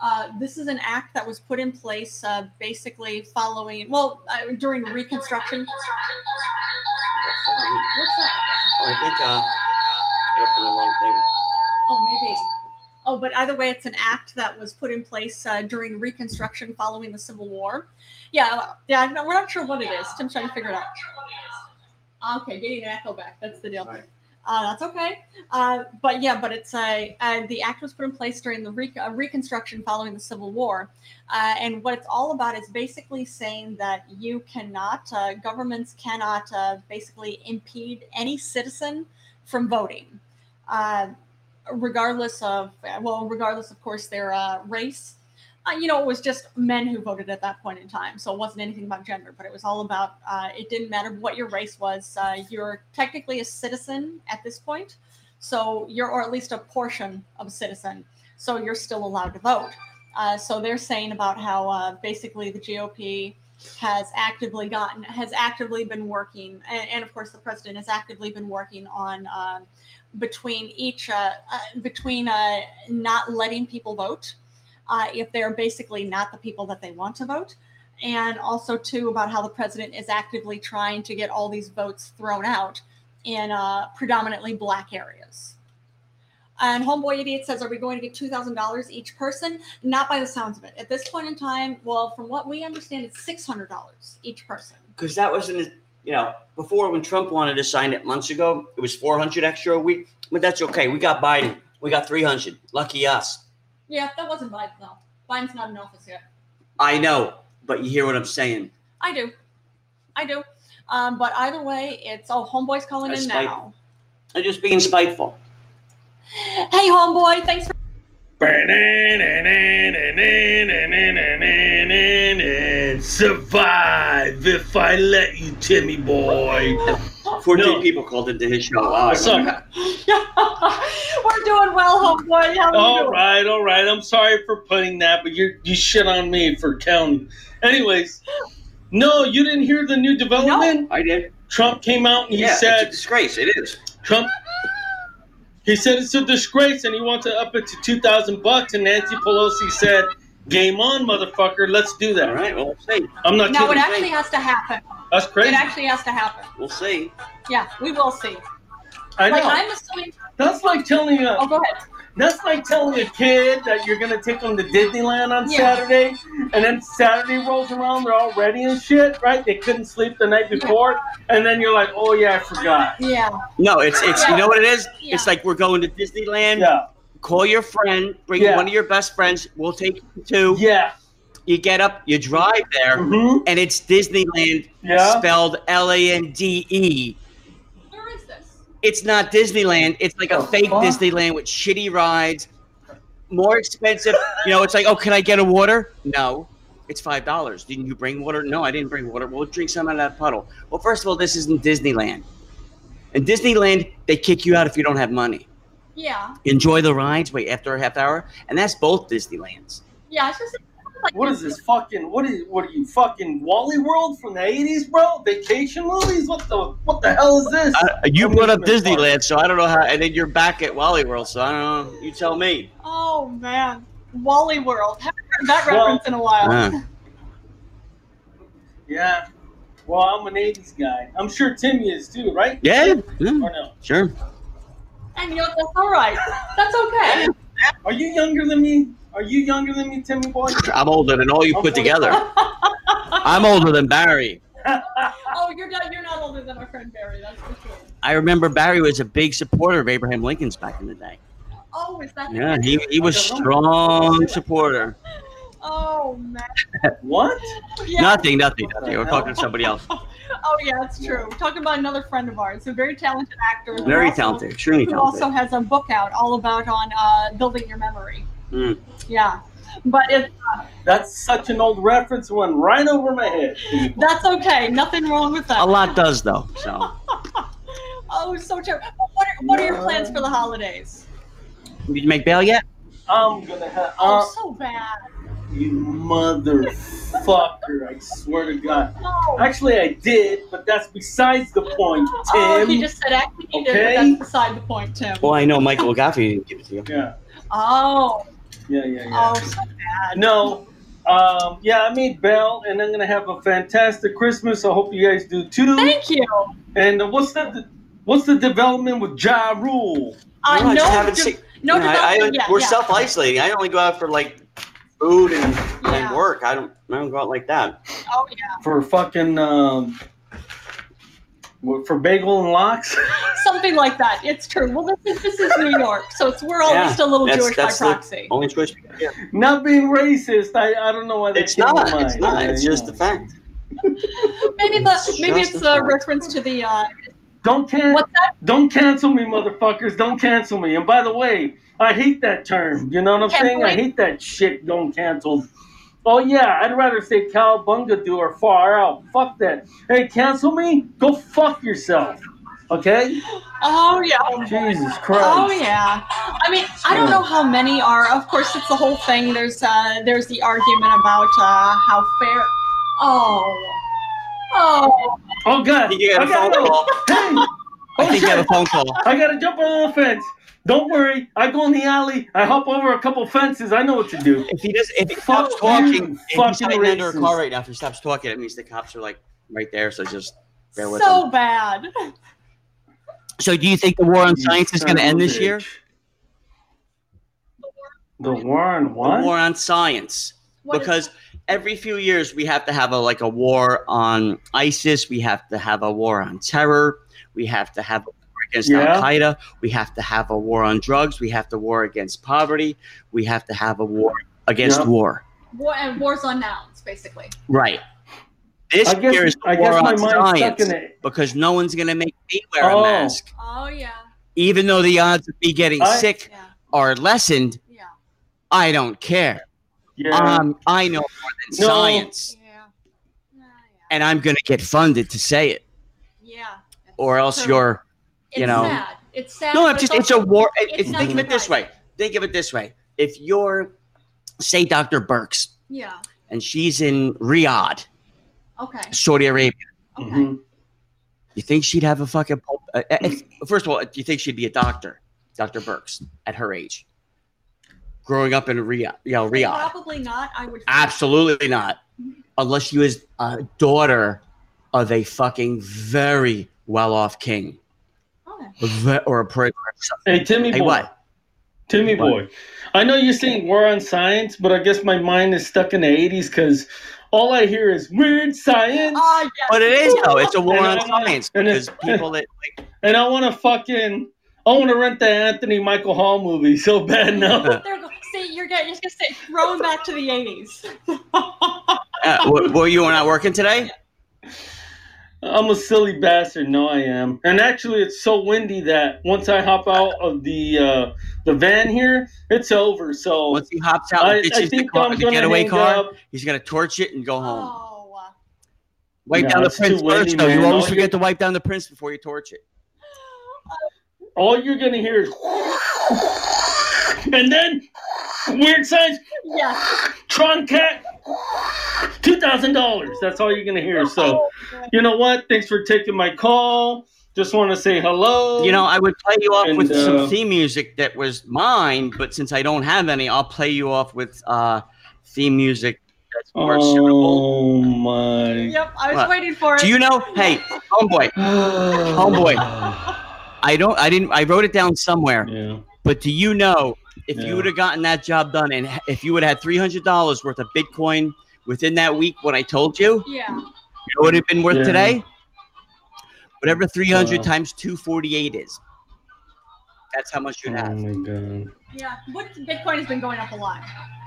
[SPEAKER 1] Uh, this is an act that was put in place uh, basically following, well, uh, during Reconstruction.
[SPEAKER 2] oh,
[SPEAKER 1] What's that?
[SPEAKER 2] I think uh, I opened the wrong thing.
[SPEAKER 1] Oh, maybe. Oh, but either way, it's an act that was put in place uh, during Reconstruction following the Civil War. Yeah, yeah, no, we're not sure what it is. Tim's trying to figure it out. Okay, getting an echo back. That's the deal.
[SPEAKER 2] Right.
[SPEAKER 1] Uh, that's okay. Uh, but yeah, but it's a uh, the act was put in place during the Re- uh, Reconstruction following the Civil War, uh, and what it's all about is basically saying that you cannot, uh, governments cannot uh, basically impede any citizen from voting. Uh, regardless of well regardless of course their uh, race uh, you know it was just men who voted at that point in time so it wasn't anything about gender but it was all about uh, it didn't matter what your race was uh, you're technically a citizen at this point so you're or at least a portion of a citizen so you're still allowed to vote uh, so they're saying about how uh, basically the gop has actively gotten has actively been working and, and of course the president has actively been working on um, between each uh, uh, between uh, not letting people vote uh, if they're basically not the people that they want to vote and also too about how the president is actively trying to get all these votes thrown out in uh, predominantly black areas and homeboy idiot says are we going to get $2000 each person not by the sounds of it at this point in time well from what we understand it's $600 each person
[SPEAKER 2] because that wasn't, you know, before when Trump wanted to sign it months ago, it was 400 extra a week, but that's okay. We got Biden. We got 300. Lucky us.
[SPEAKER 1] yeah that wasn't biden though biden's not in office yet
[SPEAKER 2] I know, but you hear what I'm saying.
[SPEAKER 1] I do. I do. Um, but either way, it's oh, homeboy's calling
[SPEAKER 2] That's
[SPEAKER 1] in
[SPEAKER 2] spite-
[SPEAKER 1] now.
[SPEAKER 2] I'm just being spiteful.
[SPEAKER 1] Hey, homeboy, thanks for.
[SPEAKER 6] Survive if I let you, Timmy boy.
[SPEAKER 2] 14
[SPEAKER 6] No.
[SPEAKER 2] people called into his show. Oh, Wow, I
[SPEAKER 6] Sorry.
[SPEAKER 1] We're doing well, homeboy. How are you
[SPEAKER 6] All
[SPEAKER 1] doing?
[SPEAKER 6] right, all right. I'm sorry for putting that, but you you shit on me for counting. Anyways, no, you didn't hear the new development.
[SPEAKER 2] I did.
[SPEAKER 6] Trump came out and he
[SPEAKER 2] yeah,
[SPEAKER 6] said
[SPEAKER 2] it's a disgrace. It is.
[SPEAKER 6] Trump. He said it's a disgrace, and he wants to up it to two thousand bucks. And Nancy Pelosi said, "Game on, motherfucker. Let's do
[SPEAKER 2] All
[SPEAKER 6] that."
[SPEAKER 2] right. Well, we'll see.
[SPEAKER 6] I'm not
[SPEAKER 1] No, it
[SPEAKER 6] kidding.
[SPEAKER 1] actually has to happen.
[SPEAKER 6] That's
[SPEAKER 1] It
[SPEAKER 6] crazy.
[SPEAKER 1] actually has to happen.
[SPEAKER 2] We'll see.
[SPEAKER 1] Yeah, we will see.
[SPEAKER 6] I
[SPEAKER 1] like
[SPEAKER 6] know.
[SPEAKER 1] I'm assuming.
[SPEAKER 6] That's like telling a
[SPEAKER 1] Oh, go ahead.
[SPEAKER 6] That's like telling a kid that you're gonna take them to Disneyland on
[SPEAKER 1] Yeah.
[SPEAKER 6] Saturday, and then Saturday rolls around, they're all ready and shit, right? They couldn't sleep the night before, and then you're like, oh yeah, I forgot.
[SPEAKER 1] Yeah.
[SPEAKER 2] No, it's it's you know what it is?
[SPEAKER 1] Yeah.
[SPEAKER 2] It's like we're going to Disneyland.
[SPEAKER 6] Yeah,
[SPEAKER 2] Call your friend, bring
[SPEAKER 6] Yeah.
[SPEAKER 2] one of your best friends. We'll take you to.
[SPEAKER 6] yeah,
[SPEAKER 2] You get up, you drive there,
[SPEAKER 6] hmm
[SPEAKER 2] and it's Disneyland
[SPEAKER 6] yeah.
[SPEAKER 2] spelled L A N D E.
[SPEAKER 1] Where is this?
[SPEAKER 2] It's not Disneyland. It's like a
[SPEAKER 6] The
[SPEAKER 2] fake
[SPEAKER 6] fuck?
[SPEAKER 2] Disneyland with shitty rides, more expensive. you know, it's like, oh, can I get a water? No, it's five dollars. Didn't you bring water? No, I didn't bring water. We'll drink some out of that puddle. Well, first of all, this isn't Disneyland. In Disneyland, they kick you out if you don't have money.
[SPEAKER 1] Yeah.
[SPEAKER 2] Enjoy the rides. Wait, after a half hour, and that's both Disneylands.
[SPEAKER 1] Yeah. It's just like
[SPEAKER 6] What is this fucking? What is? What are you fucking Wally World from the '80s, bro? Vacation movies? What the? What the hell is this?
[SPEAKER 2] Uh, you
[SPEAKER 6] Okay,
[SPEAKER 2] put up
[SPEAKER 6] it's fine.
[SPEAKER 2] Disneyland, so I don't know how, and then you're back at Wally World, so I don't know. You tell me.
[SPEAKER 1] Oh man, Wally World. Haven't heard that
[SPEAKER 6] Well-
[SPEAKER 1] reference in a while.
[SPEAKER 2] Uh,
[SPEAKER 6] yeah. Well, I'm an '80s guy. I'm sure Timmy is too, right?
[SPEAKER 2] yeah, yeah,
[SPEAKER 6] Or no?
[SPEAKER 2] sure.
[SPEAKER 1] And you know that's all right. That's okay.
[SPEAKER 6] Are you younger than me? Are you younger than me, Timmy boy?
[SPEAKER 2] I'm older than all you put
[SPEAKER 6] Okay.
[SPEAKER 2] together. I'm older than Barry.
[SPEAKER 1] oh, you're not you're not older than our friend Barry. That's for sure.
[SPEAKER 2] I remember Barry was a big supporter of Abraham Lincoln's back in the day.
[SPEAKER 1] Oh, is that? the
[SPEAKER 2] Yeah,
[SPEAKER 1] case?
[SPEAKER 2] he, he was strong supporter.
[SPEAKER 1] Oh man.
[SPEAKER 6] what?
[SPEAKER 1] Yeah.
[SPEAKER 2] Nothing, nothing, nothing. We're talking to somebody else.
[SPEAKER 1] Oh yeah, that's true. We're talking about another friend of ours, a very talented actor. who
[SPEAKER 2] Very
[SPEAKER 1] also-
[SPEAKER 2] talented, extremely
[SPEAKER 1] Who also
[SPEAKER 2] talented.
[SPEAKER 1] has a book out all about on uh, building your memory.
[SPEAKER 2] Mm.
[SPEAKER 1] Yeah, but it,
[SPEAKER 6] That's such an old reference, went right over my head.
[SPEAKER 1] that's okay. Nothing wrong with that.
[SPEAKER 2] A lot does though. So
[SPEAKER 1] Oh, so true. Well, What are, what are your plans for the holidays?
[SPEAKER 2] did you make bail yet?
[SPEAKER 6] I'm gonna have
[SPEAKER 1] Oh,
[SPEAKER 6] uh,
[SPEAKER 1] so bad.
[SPEAKER 6] you motherfucker! I swear to God.
[SPEAKER 1] No.
[SPEAKER 6] Actually, I did, but that's besides the point, Tim.
[SPEAKER 1] Oh, he just said actually he did,
[SPEAKER 6] Okay.
[SPEAKER 1] but that's beside the point, Tim.
[SPEAKER 2] Well, I know Michael Gaffi didn't give it
[SPEAKER 1] Uh,
[SPEAKER 2] to you.
[SPEAKER 6] yeah,
[SPEAKER 1] Oh,
[SPEAKER 6] yeah, yeah, yeah.
[SPEAKER 1] oh, so bad.
[SPEAKER 6] No. Um, yeah, I made Bell, and I'm gonna have a fantastic Christmas. I hope you guys do too.
[SPEAKER 1] Thank you.
[SPEAKER 6] And uh, what's the what's the development with Ja Rule?
[SPEAKER 1] I
[SPEAKER 2] No, I just
[SPEAKER 1] know.
[SPEAKER 2] haven't
[SPEAKER 1] de-
[SPEAKER 2] seen-
[SPEAKER 1] Uh, no,
[SPEAKER 2] I- I-
[SPEAKER 1] development yet,
[SPEAKER 2] we're
[SPEAKER 1] yeah.
[SPEAKER 2] self-isolating. I only go out for like food and,
[SPEAKER 1] Yeah.
[SPEAKER 2] and work. I don't. I don't go out like that.
[SPEAKER 1] Oh yeah.
[SPEAKER 6] for fucking um, what- for bagel and locks.
[SPEAKER 1] Something like that. It's true. Well, this is this is New York, so it's we're all
[SPEAKER 2] Yeah,
[SPEAKER 1] just a little
[SPEAKER 2] that's-
[SPEAKER 1] Jewish
[SPEAKER 2] that's the-
[SPEAKER 1] by proxy.
[SPEAKER 2] Only choice. we got.
[SPEAKER 6] not being racist, I, I don't know why that
[SPEAKER 2] It's
[SPEAKER 6] came to
[SPEAKER 2] not.
[SPEAKER 6] mind.
[SPEAKER 2] It's not.
[SPEAKER 6] Yeah,
[SPEAKER 2] It's
[SPEAKER 6] you
[SPEAKER 2] just
[SPEAKER 6] know.
[SPEAKER 2] a fact.
[SPEAKER 1] maybe the
[SPEAKER 2] It's
[SPEAKER 1] maybe
[SPEAKER 2] just
[SPEAKER 1] it's
[SPEAKER 2] a
[SPEAKER 1] a
[SPEAKER 2] fact.
[SPEAKER 1] reference to the uh,
[SPEAKER 6] Don't can
[SPEAKER 1] what's that?
[SPEAKER 6] don't cancel me, motherfuckers. Don't cancel me. And by the way, I hate that term. You know what I'm saying? I
[SPEAKER 1] Canceling.
[SPEAKER 6] hate that shit. Don't cancel. Oh yeah, I'd rather say cowbunga do or far out. Fuck that. Hey, cancel me? Go fuck yourself. Okay?
[SPEAKER 1] Oh yeah.
[SPEAKER 6] Jesus Christ.
[SPEAKER 1] Oh yeah. I mean, I don't know how many are. Of course, it's the whole thing. There's uh, there's the argument about uh, how fair. Oh. Oh.
[SPEAKER 6] Oh god.
[SPEAKER 2] You got
[SPEAKER 6] I
[SPEAKER 2] a phone
[SPEAKER 6] gotta-
[SPEAKER 2] call.
[SPEAKER 6] Hey.
[SPEAKER 2] I think you have a phone call.
[SPEAKER 6] I gotta jump on offense. Don't worry, I go in the alley, I hop over a couple fences, I know what to do.
[SPEAKER 2] If he does, if he
[SPEAKER 6] Fuck
[SPEAKER 2] stops
[SPEAKER 6] you,
[SPEAKER 2] talking, if he's
[SPEAKER 6] fucking
[SPEAKER 2] hiding under a
[SPEAKER 6] racist.
[SPEAKER 2] car right now, if he stops talking, it means the cops are like right there. So just bear with
[SPEAKER 1] So
[SPEAKER 2] him.
[SPEAKER 1] bad.
[SPEAKER 2] So, do you think the war on science is going to
[SPEAKER 6] Son of
[SPEAKER 2] end
[SPEAKER 6] a
[SPEAKER 2] this year?
[SPEAKER 6] bitch. The war on what?
[SPEAKER 2] The war on science,
[SPEAKER 1] What is-
[SPEAKER 2] because every few years we have to have a like a war on ISIS. We have to have a war on terror. We have to have a war against
[SPEAKER 6] Yeah.
[SPEAKER 2] Al Qaeda. We have to have a war on drugs. We have to war against poverty. We have to have a war against
[SPEAKER 6] Yeah.
[SPEAKER 2] war.
[SPEAKER 1] war and wars on nouns, basically.
[SPEAKER 2] Right. This
[SPEAKER 6] I
[SPEAKER 2] year
[SPEAKER 6] guess,
[SPEAKER 2] is the
[SPEAKER 6] I
[SPEAKER 2] war
[SPEAKER 6] guess my
[SPEAKER 2] on
[SPEAKER 6] mind's
[SPEAKER 2] science.
[SPEAKER 6] stuck in it.
[SPEAKER 2] because no one's going to make me wear
[SPEAKER 6] Oh.
[SPEAKER 2] a mask.
[SPEAKER 1] Oh yeah.
[SPEAKER 2] Even though the odds of me getting
[SPEAKER 6] I-
[SPEAKER 2] sick
[SPEAKER 1] Yeah.
[SPEAKER 2] are lessened,
[SPEAKER 1] Yeah.
[SPEAKER 2] I don't care.
[SPEAKER 6] Yeah.
[SPEAKER 2] Um, I know more than
[SPEAKER 6] No.
[SPEAKER 2] science,
[SPEAKER 1] Yeah. Yeah.
[SPEAKER 2] and I'm going to get funded to say it,
[SPEAKER 1] Yeah.
[SPEAKER 2] or else
[SPEAKER 1] So-
[SPEAKER 2] you're.
[SPEAKER 1] It's
[SPEAKER 2] you know.
[SPEAKER 1] sad. It's sad.
[SPEAKER 2] No,
[SPEAKER 1] but
[SPEAKER 2] I'm just. It's a
[SPEAKER 1] also-
[SPEAKER 2] war.
[SPEAKER 1] it's
[SPEAKER 2] It, it's,
[SPEAKER 1] not
[SPEAKER 2] think of it this way.
[SPEAKER 1] surprising.
[SPEAKER 2] Think of it this way. If you're, say, Dr. Burks,
[SPEAKER 1] Yeah.
[SPEAKER 2] and she's in Riyadh,
[SPEAKER 1] Okay.
[SPEAKER 2] Saudi Arabia,
[SPEAKER 1] Okay.
[SPEAKER 6] Mhm.
[SPEAKER 2] you think she'd have a fucking? pul- Uh, uh, if, first of all, do you think she'd be a doctor, Dr. Burks, at her age? Growing up in Riyadh, you know, Riyadh.
[SPEAKER 1] Probably not. I would.
[SPEAKER 2] Absolutely not. Unless she was a daughter of a fucking very well off king.
[SPEAKER 1] Okay.
[SPEAKER 2] event or a program.
[SPEAKER 6] Hey, Timmy
[SPEAKER 2] Hey,
[SPEAKER 6] boy.
[SPEAKER 2] what?
[SPEAKER 6] Timmy
[SPEAKER 2] What?
[SPEAKER 6] boy. I know you're saying we're on science, but I guess my mind is stuck in the 80s because all I hear is weird science.
[SPEAKER 1] Ah, yes.
[SPEAKER 2] But it is though. It's a war on
[SPEAKER 6] And-
[SPEAKER 2] science
[SPEAKER 6] and
[SPEAKER 2] because
[SPEAKER 6] it's-
[SPEAKER 2] people that
[SPEAKER 6] And I want to fucking, I want to rent the Anthony Michael Hall movie so bad now.
[SPEAKER 1] There we go. See, you're getting, you're just gonna say, thrown back to the 80s.
[SPEAKER 2] uh, w- were you not working today?
[SPEAKER 6] I'm a silly bastard. No, I am. And actually, it's so windy that once I hop out of the uh, the van here, it's over. So
[SPEAKER 2] Once he hops out
[SPEAKER 6] I,
[SPEAKER 2] and
[SPEAKER 6] I
[SPEAKER 2] ditches the,
[SPEAKER 6] think
[SPEAKER 2] car,
[SPEAKER 6] I'm
[SPEAKER 2] the
[SPEAKER 6] gonna
[SPEAKER 2] getaway
[SPEAKER 6] hang
[SPEAKER 2] car,
[SPEAKER 6] up.
[SPEAKER 2] he's gonna torch it and go home.
[SPEAKER 1] Oh, uh,
[SPEAKER 2] Wipe
[SPEAKER 6] No,
[SPEAKER 2] down the
[SPEAKER 6] it's too
[SPEAKER 2] prints
[SPEAKER 6] windy,
[SPEAKER 2] first, though. You
[SPEAKER 6] man.
[SPEAKER 2] always
[SPEAKER 6] All
[SPEAKER 2] forget
[SPEAKER 6] you-
[SPEAKER 2] to wipe down the prints before you torch it.
[SPEAKER 6] All you're gonna hear is, and then weird signs.
[SPEAKER 1] yes.
[SPEAKER 6] Tron Cat, two thousand dollars. That's all you're gonna hear.
[SPEAKER 1] Oh,
[SPEAKER 6] So, you know what? Thanks for taking my call. Just want to say hello.
[SPEAKER 2] You know, I would play you off
[SPEAKER 6] And,
[SPEAKER 2] with
[SPEAKER 6] uh,
[SPEAKER 2] some theme music that was mine, but since I don't have any, I'll play you off with uh, theme music that's more suitable.
[SPEAKER 6] Oh my.
[SPEAKER 1] Yep, I was
[SPEAKER 2] What?
[SPEAKER 1] waiting
[SPEAKER 6] Oh.
[SPEAKER 1] for it.
[SPEAKER 2] Do you know? Hey, homeboy, Homeboy. I don't. I didn't. I wrote it down somewhere.
[SPEAKER 6] Yeah.
[SPEAKER 2] But do you know if
[SPEAKER 6] Yeah.
[SPEAKER 2] you would have gotten that job done and h- if you would have had three hundred dollars worth of Bitcoin within that week when I told you,
[SPEAKER 1] Yeah.
[SPEAKER 2] it would have been worth
[SPEAKER 6] Yeah. Uh.
[SPEAKER 2] today? Whatever three hundred
[SPEAKER 6] Wow.
[SPEAKER 2] times two forty eight is. That's how much
[SPEAKER 6] Oh
[SPEAKER 2] you'd have.
[SPEAKER 6] my god.
[SPEAKER 1] Yeah. What Bitcoin has been going up a lot.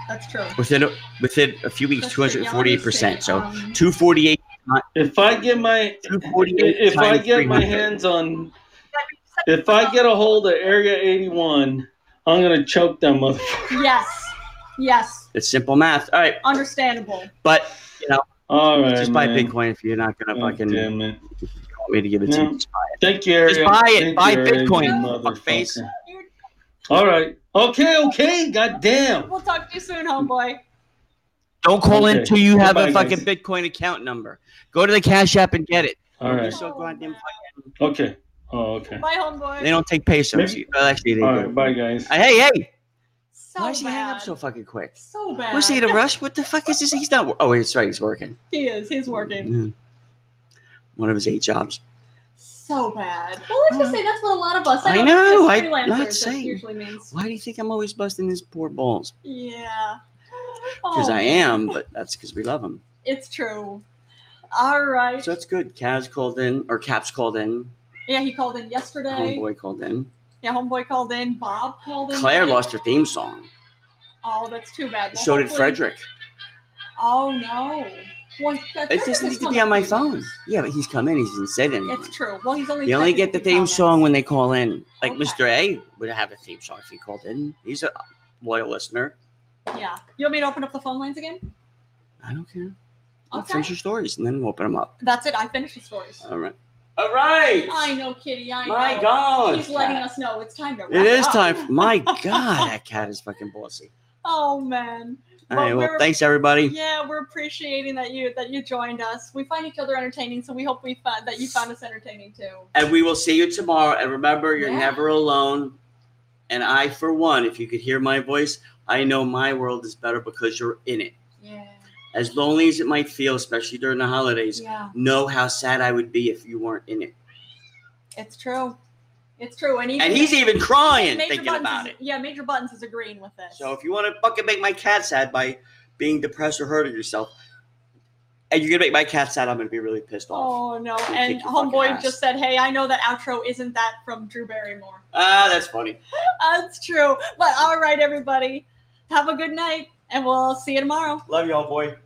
[SPEAKER 1] That's true.
[SPEAKER 2] Within a, within a few weeks,
[SPEAKER 1] That's
[SPEAKER 2] two
[SPEAKER 1] true.
[SPEAKER 2] hundred
[SPEAKER 1] Yeah,
[SPEAKER 2] and
[SPEAKER 1] let me
[SPEAKER 2] forty eight percent.
[SPEAKER 1] see.
[SPEAKER 2] So
[SPEAKER 1] Um,
[SPEAKER 2] two forty eight
[SPEAKER 6] If I get my
[SPEAKER 2] two forty eight.
[SPEAKER 6] if I get my hands on if I get a hold of Area 81, I'm gonna choke them mother.
[SPEAKER 1] Yes. Yes.
[SPEAKER 2] it's simple math. All right.
[SPEAKER 1] Understandable.
[SPEAKER 2] But
[SPEAKER 6] All right.
[SPEAKER 2] just buy
[SPEAKER 6] Oh, man.
[SPEAKER 2] Bitcoin if you're not gonna
[SPEAKER 6] God
[SPEAKER 2] fucking
[SPEAKER 6] damn it.
[SPEAKER 2] want me to give it to
[SPEAKER 6] Yeah.
[SPEAKER 2] you.
[SPEAKER 6] Thank you, Area.
[SPEAKER 2] Just buy it.
[SPEAKER 6] Thank
[SPEAKER 2] Buy
[SPEAKER 6] you, Area,
[SPEAKER 2] Bitcoin,
[SPEAKER 6] you
[SPEAKER 2] fuckface.
[SPEAKER 6] motherfucker. All right. Okay. Okay. God damn.
[SPEAKER 1] We'll talk to you soon, homeboy.
[SPEAKER 2] Don't call
[SPEAKER 6] Okay.
[SPEAKER 2] until you have a
[SPEAKER 6] Goodbye, guys.
[SPEAKER 2] fucking Bitcoin account number. Go to the Cash App and get it.
[SPEAKER 6] All right.
[SPEAKER 2] So goddamn fucking-
[SPEAKER 6] Okay. Oh, okay.
[SPEAKER 1] Bye, homeboy.
[SPEAKER 2] They don't take pesos.
[SPEAKER 6] Maybe-
[SPEAKER 2] Well, actually, they
[SPEAKER 6] All
[SPEAKER 2] do.
[SPEAKER 6] right. Bye, guys.
[SPEAKER 2] Uh, hey, hey!
[SPEAKER 1] so
[SPEAKER 2] Why does he
[SPEAKER 1] bad.
[SPEAKER 2] hang up so fucking quick?
[SPEAKER 1] So bad.
[SPEAKER 2] Was he in a rush? What the fuck is this? He's not. Oh, wait, that's right. He's working.
[SPEAKER 1] He is. He's working.
[SPEAKER 2] Mm. One of his eight jobs.
[SPEAKER 1] So bad. Well, let's just say that's what a lot of us.
[SPEAKER 2] Oh. I know,
[SPEAKER 1] that's
[SPEAKER 2] I'm
[SPEAKER 1] freelancers,
[SPEAKER 2] not
[SPEAKER 1] that
[SPEAKER 2] saying.
[SPEAKER 1] Usually means.
[SPEAKER 2] Why do you think I'm always busting his poor balls?
[SPEAKER 1] Yeah.
[SPEAKER 2] Because
[SPEAKER 1] Oh,
[SPEAKER 2] I am, but that's because we love him.
[SPEAKER 1] It's true. All right.
[SPEAKER 2] So that's good. Kaz called in, or Caps called in.
[SPEAKER 1] yeah, he called in yesterday.
[SPEAKER 2] Homeboy called in.
[SPEAKER 1] Yeah, homeboy called in. Bob called in.
[SPEAKER 2] Claire lost her theme song.
[SPEAKER 1] Oh, that's too bad. Well,
[SPEAKER 2] So did
[SPEAKER 1] hopefully-
[SPEAKER 2] Frederick.
[SPEAKER 1] Oh no. Well, that-
[SPEAKER 2] It
[SPEAKER 1] Frederick
[SPEAKER 2] just needs
[SPEAKER 1] is
[SPEAKER 2] to be on my phone.
[SPEAKER 1] coming.
[SPEAKER 2] Yeah, but he's come in. He hasn't said anything.
[SPEAKER 1] It's true. Well, he's only.
[SPEAKER 2] They only get the
[SPEAKER 1] technically
[SPEAKER 2] theme
[SPEAKER 1] comments.
[SPEAKER 2] song when they call in. Like
[SPEAKER 1] Okay.
[SPEAKER 2] Mr. A would have a theme song if he called in. He's a loyal listener.
[SPEAKER 1] Yeah. You want me to open up the phone lines again?
[SPEAKER 2] I don't care. I'll
[SPEAKER 1] Okay.
[SPEAKER 2] finish your stories and then we'll open them up.
[SPEAKER 1] That's it. I finished the stories.
[SPEAKER 2] All right. All right.
[SPEAKER 1] I know, Kitty. I know.
[SPEAKER 2] My God.
[SPEAKER 1] He's letting us know it's time to.
[SPEAKER 2] It
[SPEAKER 1] wrap
[SPEAKER 2] is
[SPEAKER 1] up.
[SPEAKER 2] time. For, my God, that cat is fucking bossy.
[SPEAKER 1] Oh man.
[SPEAKER 2] All
[SPEAKER 1] Well,
[SPEAKER 2] right. Well,
[SPEAKER 1] we're-
[SPEAKER 2] thanks everybody.
[SPEAKER 1] Yeah, we're appreciating that you that you joined us. We find each other entertaining, so we hope we found that you found us entertaining too.
[SPEAKER 2] And we will see you tomorrow. And remember, you're
[SPEAKER 1] Yeah.
[SPEAKER 2] never alone. And I, for one, if you could hear my voice, I know my world is better because you're in it.
[SPEAKER 1] Yeah.
[SPEAKER 2] As lonely as it might feel, especially during the holidays,
[SPEAKER 1] Yeah.
[SPEAKER 2] know how sad I would be if you weren't in it.
[SPEAKER 1] It's true. It's true. And, even,
[SPEAKER 2] And he's even crying
[SPEAKER 1] Major
[SPEAKER 2] thinking
[SPEAKER 1] Buttons
[SPEAKER 2] about
[SPEAKER 1] is-
[SPEAKER 2] it.
[SPEAKER 1] Yeah, Major Buttons is agreeing with this.
[SPEAKER 2] So if you want to fucking make my cat sad by being depressed or hurting yourself, and you're gonna make my cat sad, I'm gonna be really pissed off.
[SPEAKER 1] Oh no!
[SPEAKER 2] You
[SPEAKER 1] And
[SPEAKER 2] kick your fucking
[SPEAKER 1] homeboy
[SPEAKER 2] ass.
[SPEAKER 1] just said, "Hey, I know that outro isn't that from Drew Barrymore."
[SPEAKER 2] Ah, that's funny.
[SPEAKER 1] That's true. But all right, everybody, have a good night, and we'll see you tomorrow.
[SPEAKER 2] Love y'all, boy.